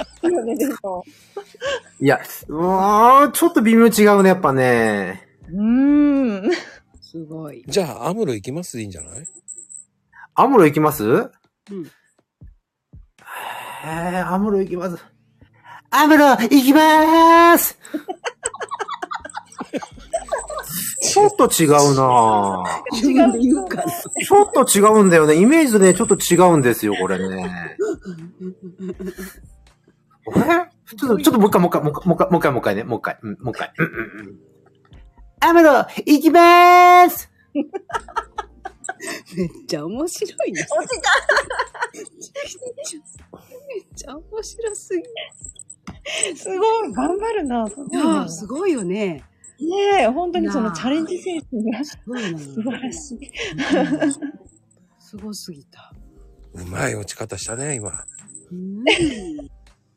いや、うわーちょっと微妙に違うね、やっぱね。うーん。すごい。。じゃあ、アムロ行きますでいいんじゃないアムロ行きますうんえー、アムロ行きます。アムロ行きまー すちょっと違うなぁ。自分で言うから。ちょっと違うんだよね。イメージとね、ちょっと違うんですよ、これね。えちょっと、ちょっともう一回、もう一回、もう一回、もう一回、もう一回ね。もう一回、うんもう一回。うんうんうんアムロ、行きまーすめっちゃ面白いね。めっちゃ面白すぎすごい。頑張るな。すごいる。あなあ、すごいよね。ねえ、本当にそのチャレンジ精神が素すごいな。素晴らしい。い。すごすぎた。うまい落ち方したね、今。うん。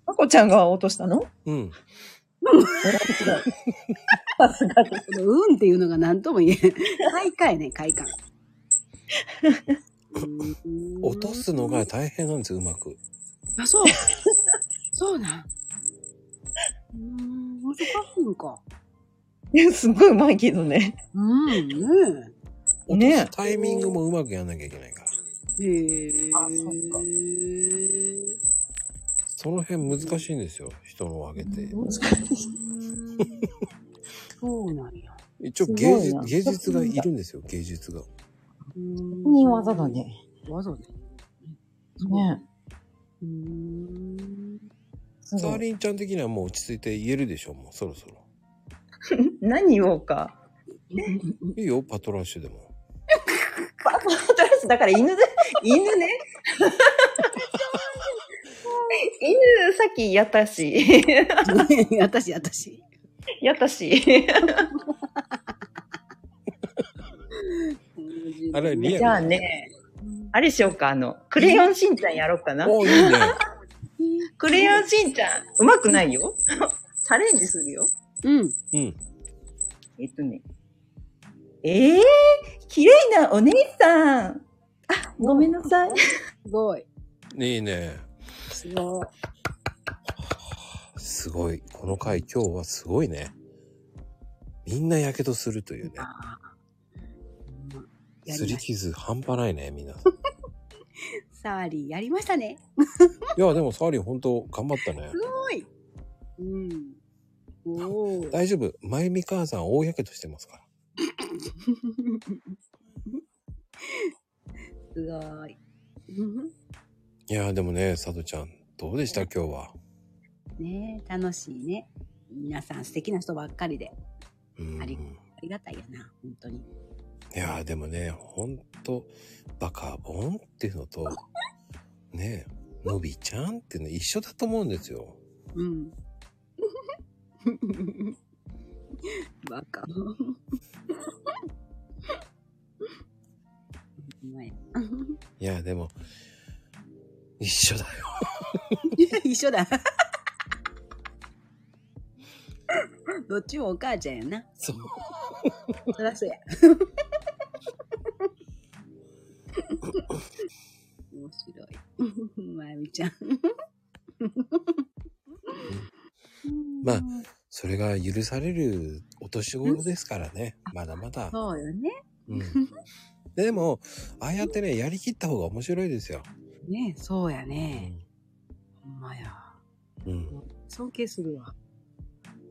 まこちゃんが落としたのうん。うんっていうのが何とも言えん。 快感やね、快感。うん落とすのが大変なんですよ、うまく。あ、そう。 そうなん。うーん、難しいんか。いやすごいうまいけどね。うん、ね落とねすタイミングもうまくやんなきゃいけないから。え。へえ。あそっかその辺難しいんですよ、人のを上げて。そうなんや。一応すごい芸術な芸術がいるんですよ、芸術が。職人技だ。ね。わざで。ねうーん。 すサごーい。リンちゃん的にはもう落ち着いて言えるでしょ、もうそろそろ。何言おうか。いいよ、パトラッシュでも。とりあえずだから犬で、犬ね。犬、さっきやったし。私、私。やったし。あれ、リアル。じゃあね、あれしようか、あの、クレヨンしんちゃんやろうかな。おいいね。クレヨンしんちゃん、うまくな いよ。チャレンジするよ。うん。うん。えっとね。ええー、綺麗なお姉さん。あ、ごめんなさい。すごい。いいね。すごい。すごい。この回今日はすごいね。みんな火傷するというね。やりましすたり傷半端ないね、みんな。いサーリーやりましたね。や、でもサーリン本当頑張ったねす。ごい。うん。おお。大丈夫。まゆみ母さん大火傷してますから。すごい。いや、でもね、さとちゃん、どうでした今日は。ねえ楽しいね。皆さん素敵な人ばっかりで。ありありがたいやな、本当に。いやーでもね、ほんと、バカボンっていうの と、ねえ、のびちゃんっていうの一緒だと思うんですよ。うん。バカ。うまいいやーでも、一緒だよ。 一緒だ。 どっちもお母ちゃんやな。そう。そらそうや。面白い。まゆみちゃん。まあ、それが許されるお年頃ですからね、まだまだ。そうよね。うん、でも、ああやってね、やりきった方が面白いですよ。ねえそうやね。ほんまや。うん。尊敬するわ。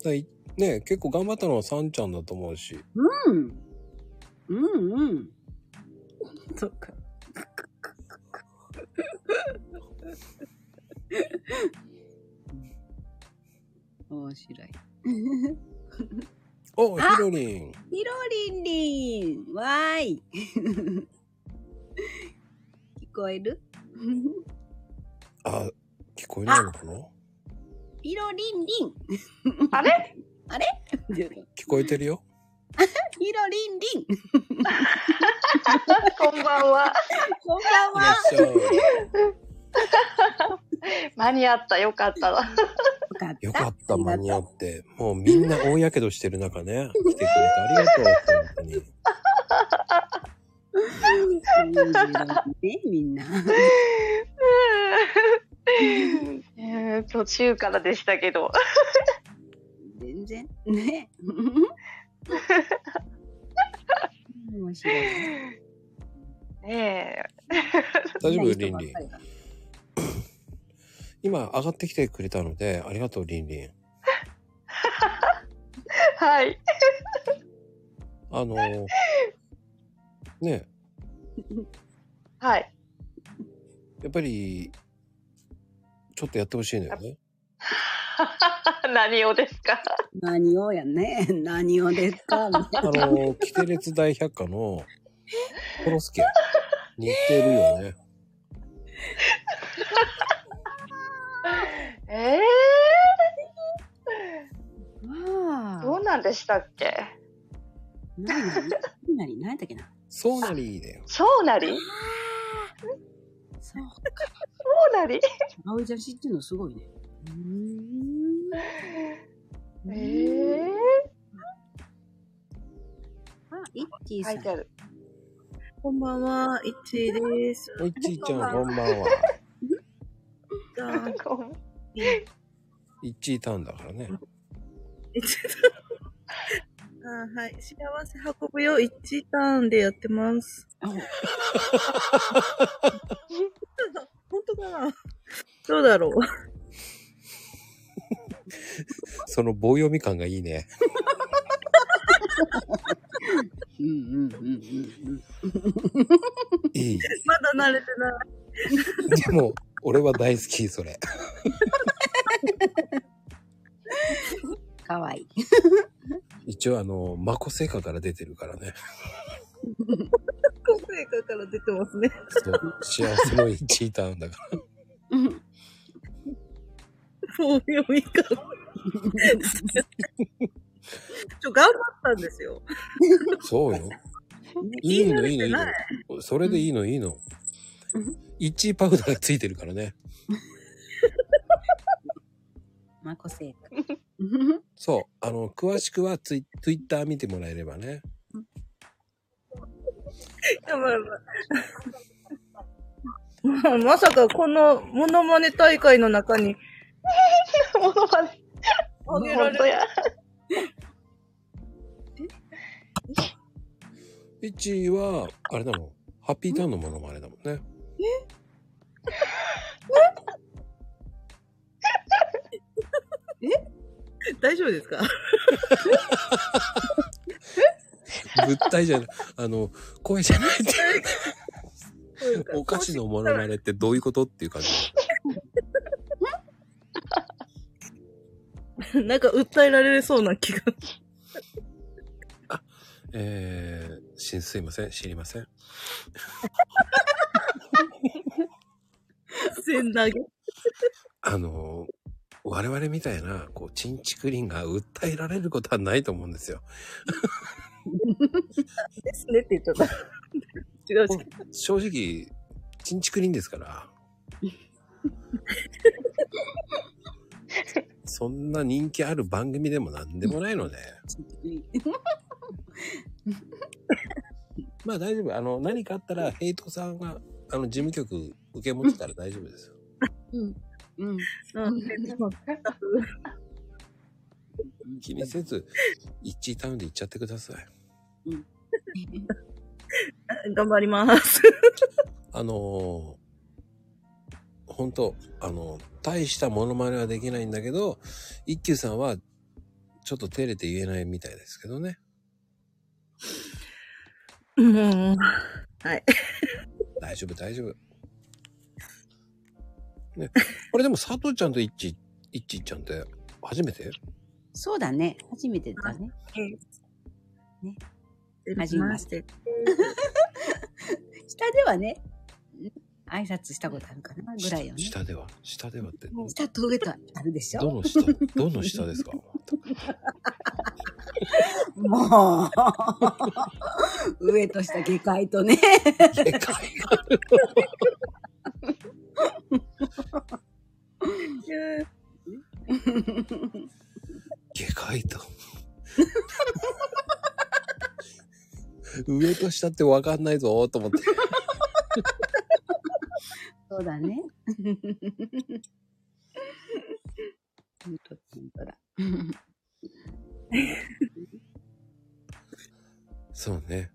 だいね結構頑張ったのはさんちゃんだと思うし。うん。うんうん。そっか。面白い。おヒロリン。ひろりんりんわーい 聞こえるあ、聞こえないのかなひろりんりんあれあれひろ聞こえてるよ。りんりんこんばんは。こんばんは。間に合った、よかったわ。よかった、間に合って。もうみんな大やけどしてる中ね、来てくれてありがとう。ね、みんな。えー途中からでしたけど。全然。ね。面白い。ね大丈夫リン リン。今上がってきてくれたので、ありがとう、リンリン。はい。あのー、ねはい。 やっぱり、ちょっとやってほしいのよね。何をですか何をやね。何をですか。みたあいなのー、キテレツ大百科の、コロスケ。似てるよね。えー、どうなんでしたっけ何何何何やったっけな。そうなりだよ。そうなりそうそうなり葵ちゃん知ってるのすごいね。えー、あ、イッチーさん。こんばんは、いっちーです。おいちいちゃん、こんばんは。いっちいたんだからね。えちょっとあはい。幸せ運ぶよ、一時間でやって ます。本当かなどうだろうその棒読み感がいいね。うんうんうんうんいい。まだ慣れてない。でも、俺は大好き、それ。うん。かわいい。一応、あの、マコセカから出てるからね。個性化から出てますね。そう、幸せの一位ターンだから。もう読みか。ちょ、頑張ったんですよ。 そうよ。いいの、いいの、いいの。それでいいの、いいの。一位パウダーがついてるからね。まあ、個性か。そう。あの、詳しくはツイツイッター見てもらえればね。やばいやばいまさかこのモノマネ大会の中 に。モノマネ。あげら本れ当るや。 1位は、あれだもん。ハッピーターンのものもあれだもんね。え大丈夫ですか物体じゃない、あの、声じゃない っていう。 お菓子のものまねってどういうことっていう感じ。 なんか訴えられそうな気が。えー、しすいません、知りません。せん投げ。あの、我々みたいな、こう、チンチクリンが訴えられることはないと思うんですよ。ですねって言っちゃった。違うし。正直、チンチクリンですから。そんな人気ある番組でも何でもないので。まあ大丈夫。あの、何かあったら、ヘイトさんが、あの、事務局受け持ってたら大丈夫ですよ。うん。うん。気にせず、一致タウンで行っちゃってください。 頑張ります。あのー、本当あの、大したモノマネはできないんだけど、一休さんは、ちょっと照れて言えないみたいですけどね。もう、はい。大丈夫、大丈夫。ね、これでも佐藤ちゃんと一致、一致ちゃんって初めてそうだね。初めてだね。ね。初めまして。下ではね、挨拶したことあるかなぐらいよね。下では、下ではって、下と上とあるでしょどの下、どの下ですかもう、 上と下下界とね。下界下界と。 上と下ってわかんないぞーと思って。そうだね。本当本当だ。そうね。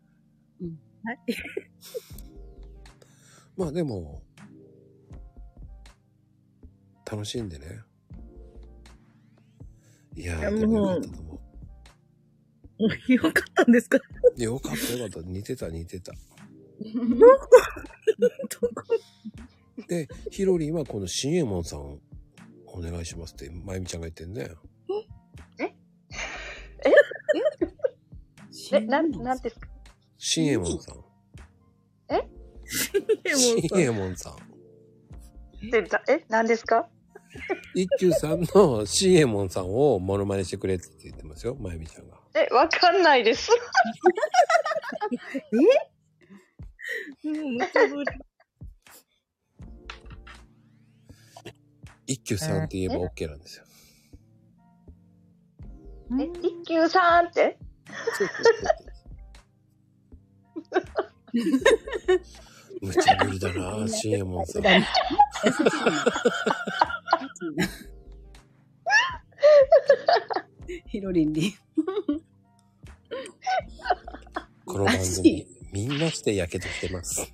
はい。まあでも、楽しんでね。いやー、でもよかったと思う。 よかったんですかよかったよかった。似てた似 てた。で、ヒロリンはこの新右衛門さんお願いしますって、まゆみちゃんが言ってんね。ええなん、なんですか新右衛門さん。え新右衛門さん。でだえ、なんですか一休さんの新右衛門さんをモノマネしてくれって言ってますよ、まゆみちゃんが。え、わかんないです。えもう無茶ぶり。一休さんって言えば OK なんですよ。え、一休さんって無茶ぶりだな、新右衛門 さん。ヒロリンリン。この番組、みんなしてやけどしてます。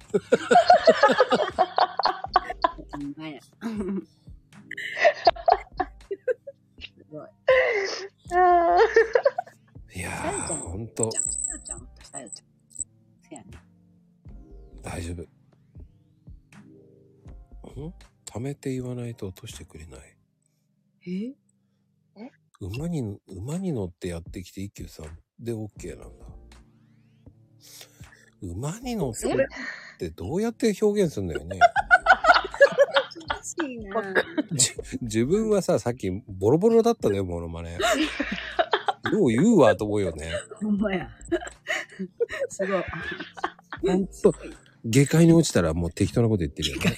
ほんまや。すごい。いやー、ほんと、さよちゃん、さよちゃん。せやね。大丈夫。んためて言わないと落としてくれない。え馬に、馬に乗ってやってきて一休さんで OK なんだ。馬に乗ってってどうやって表現するんだよね。難しいなぁ。じ自分はさ、さっきボロボロだったのよ、モノマネ。よう言うわと思うよね。ほんまや。すごい。ほんと、下界に落ちたらもう適当なこと言ってるよね。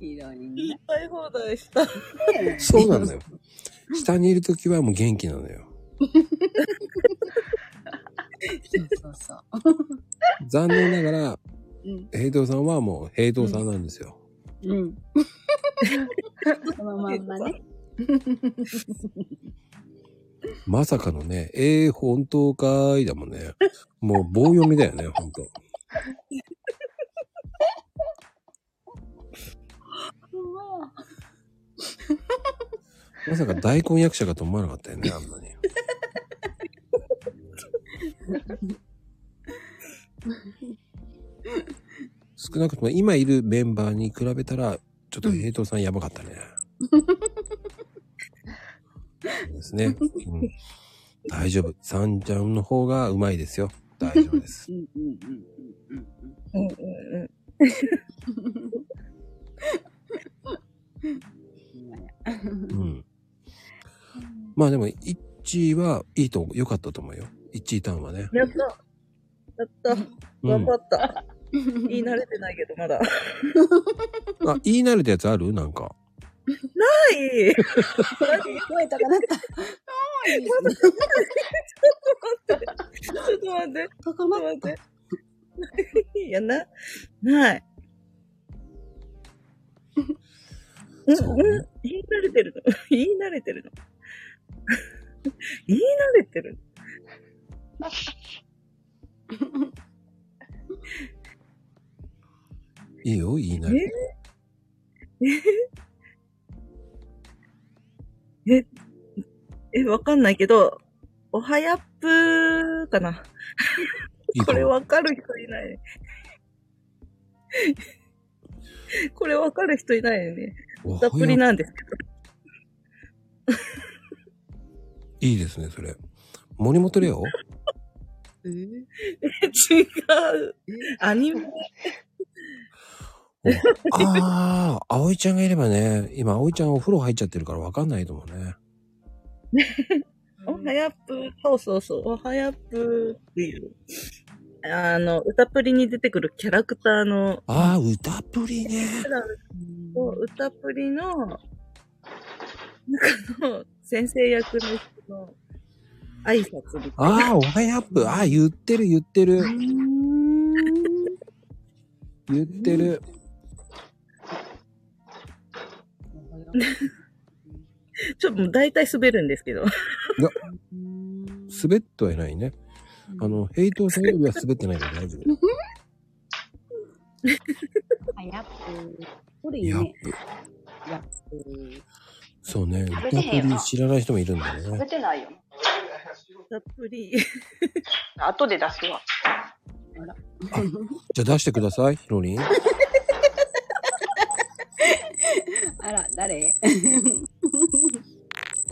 ヒロリン。いっぱい放題した。そうなんだよ。下にいるときはもう元気なのよ。そうそうそう。残念ながら、うん。平等さんはもう平等さんなんですよ。うん。そのまんまね。まさかのね、えー、本当かーいだもんね。もう棒読みだよね、本当。まさか大根役者かと思わなかったよ ね、あんまり。少なくとも今いるメンバーに比べたら、ちょっと平等さんやばかったね。そうですね。うん、大丈夫。さんちゃんの方がうまいですよ。大丈夫です。うんうんうんうん うんうん。まあでも、一位はいいと、良かったと思うよ。一位ターンはね。やった。やった。頑張った。言い慣れてないけど、まだ。あ、言い慣れたやつあるなんか。ない声高なった。ちょっと待って。ちょっと待って。高まって。いや、な、ない。うん、うん。言い慣れてるの。 言い慣れてるの。言い慣れてるの。いいよ、言いえ慣れて。えええ、わかんないけど、おはやっぷーかな。これわかる人いない。 これわかる人いないよね。ざっぷりなんですけど。いいですね、それ。森本レ オえ、違う。アニメ。ああ、葵ちゃんがいればね、今葵ちゃんお風呂入っちゃってるからわかんないと思うね。おはやっぷー、そうそうそう、おはやっぷーっていう。あの、歌プリに出てくるキャラクターの、ああ、歌プリね。そう歌プリの、中の先生役の人の挨拶みたいな。ああ、おはやっぷ。ああ、言ってる言ってる。言ってる。ちょっともう大体滑るんですけど。いや、滑ってはいないね。あの、ヘイトさんよりは滑ってないから大丈夫。あ、やっぷ。それいいやっね。ぷ。やっぷ。そうね、歌食プべてへんよなリ知らない人もいるんだよね。てないよ。たっぷり。後で出すわ。じゃあ出してください、ヒロリン。あら、誰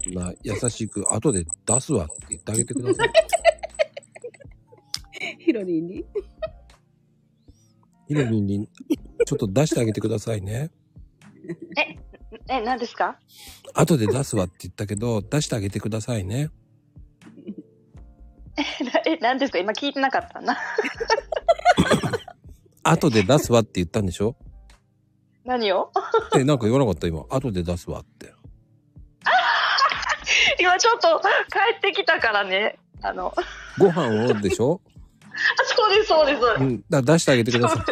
そんな優しく、後で出すわって言ってあげてください。ヒロリン にヒロリンに、ちょっと出してあげてくださいね。え、え、何ですか後で出すわって言ったけど、出してあげてくださいね。 えなえ、何ですか今聞いてなかったな。 後で出すわって言ったんでしょ何をえ、なんか言わなかった今。後で出すわって。 今ちょっと帰ってきたからね。あの、あご飯をでし ょそうです、そうです。そううですん。だ出してあげてください。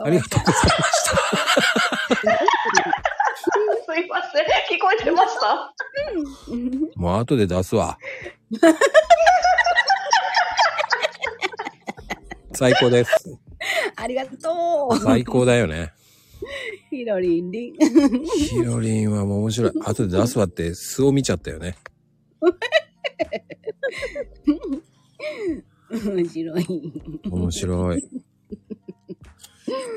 ありがとうございました。すいません。聞こえてました もう後で出すわ。 最高です。ありがとう最高だよね。ヒロリンリン。 ヒロリンはもう面白い。後で出すわって素を見ちゃったよね。面白い。面白い。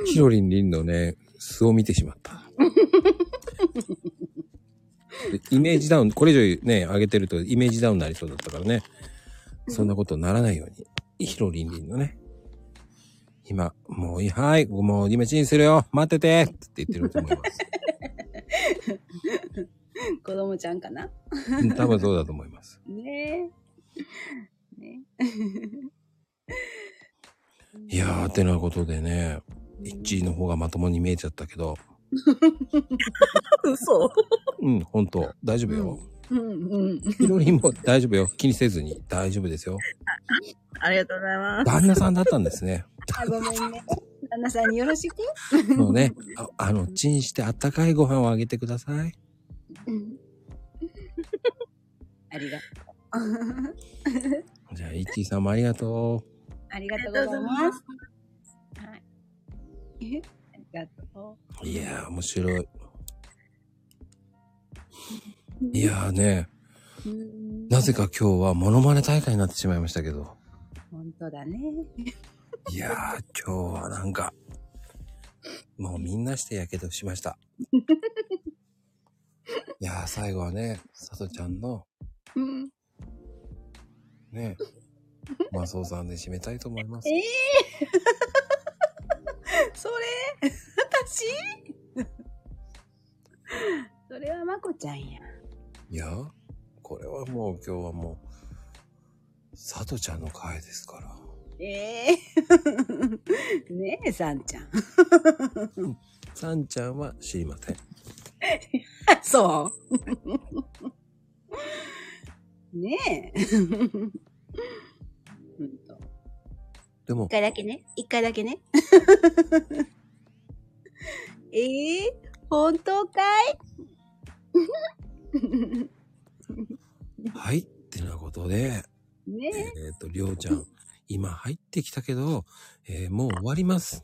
ヒロリンリンのね、素を見てしまった。でイメージダウン、これ以上ね、上げてるとイメージダウンになりそうだったからね。そんなことにならないように。ヒロリンリンのね。今、もういい、はい、もうリメチンするよ、待っててって言ってると思います。子供ちゃんかなうん多分そうだと思います。ねえ。ねいやー、てなことでね、1位の方がまともに見えちゃったけど、嘘うん、本当大丈夫よ。うんうん。いろりんも大丈夫よ。気にせずに大丈夫ですよ。ありがとうございま旦那さんだったんです ね。あ、ごめんね。旦那さんによろしく。もうね、ああの、チンしてあったかいご飯をあげてください。ありがとう。じゃあ、イッチーさんもありがとう。ありがとうございます。はい。ありがといやー、面白い。いやーね、う。うん、なぜか今日はモノマネ大会になってしまいましたけど。本当だね。いやー、今日はなんか、もうみんなしてやけどしま した。いやー、最後はね、さとちゃんの、うん。ね、マスオさんで締めたいと思います。ええ それ私 それはまこちゃんや。いやー、これはもう今日はもう、さとちゃんの回ですから。え えねえ、さんちゃん。 さんちゃんは知りません。そう。 ねえ。でも一、回だけね。一回だけね。 ええ本当かいはいってなことで、ねえっと、りょうちゃん、今入ってきたけど、えーもう終わります。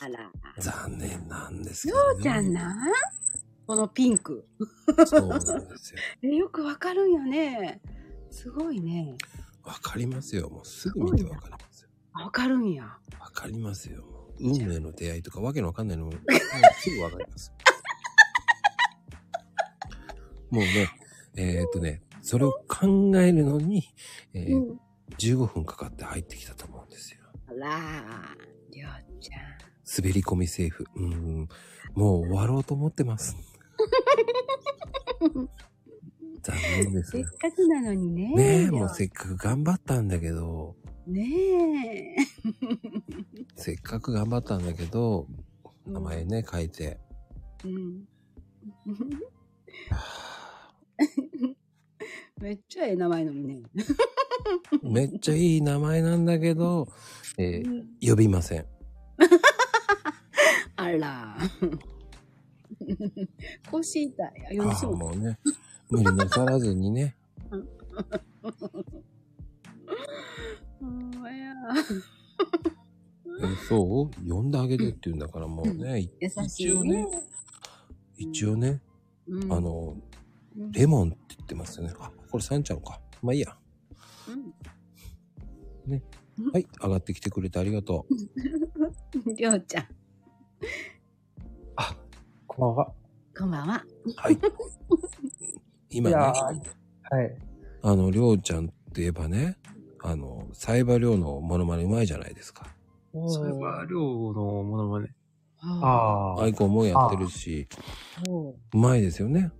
あら。残念なんですけよど、ね。うちゃんなこのピンク。そうなんですよ。えよくわかるんよね。すごいね。わかりますよ。もうすぐ見てわかる。あわかるんや。わかりますよ。もう運命の出会いとかわけのわかんない のも、もうすぐわかります。もうね、えーっとね、それを考えるのに、えーうん15分かかって入ってきたと思うんですよ。あらー、りょうちゃん。滑り込みセーフ。うーん。もう終わろうと思って ます。残念ですせっ。かくなのにね。ねえ、もうせっかく頑張ったんだけど、ねせっかく頑張ったんだけど、名前ね、書いて。え。うん。めっちゃええ名前のにね。めっちゃいい名前なんだけど、えー呼びません。あら。腰痛い。よあいしあ、ょ。もうね、無理なさらずにね。ほんまや。えそう呼んであげてって言うんだからもうね、い優しいね。一応ね、うんあの、うんレモンって言ってますよね。あ、これサンちゃんか。まあいいや。ね。はい、上がってきてくれてありがとう。りょうちゃん、こんばんは。こんばんは。はい。今ね、いやーはい。あの、りょうちゃんって言えばね、あの、サイバリョウのモノマネうまいじゃないですか。サイバー量のものまね。ああ。アイコンもやってるし、うまいですよね。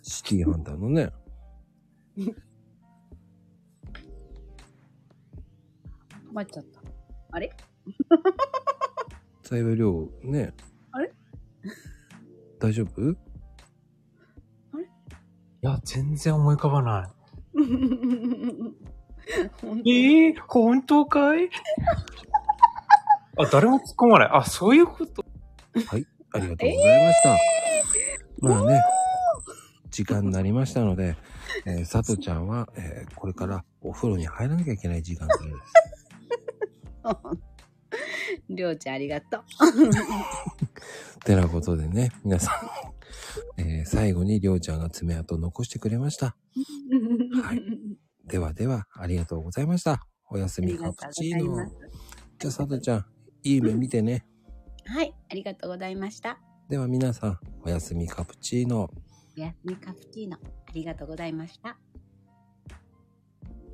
シティハンターのね。止まっちゃ った。あれサイバリョウね、あれ大丈夫いや、全然思い浮かばな本い。ええー、本当かいあ、誰も突っ込まない。あ、そういうこと。はい、ありがとうございました。まあね、時間になりましたので、えー、さとちゃんは、えーこれからお風呂に入らなきゃいけない時間帯です。りょうちゃんありがとう。てなことでね、皆さん、えー最後にりょうちゃんが爪痕を残してくれました。はい。ではでは、ありがとうございました。おやすみ、ありがカプとうござチいーノます。じゃあ、さとちゃん、いい目見てね。はい、ありがとうございました。では皆さん、おやすみ、カプチーノ。おやすみカプチーノ、ありがとうございました。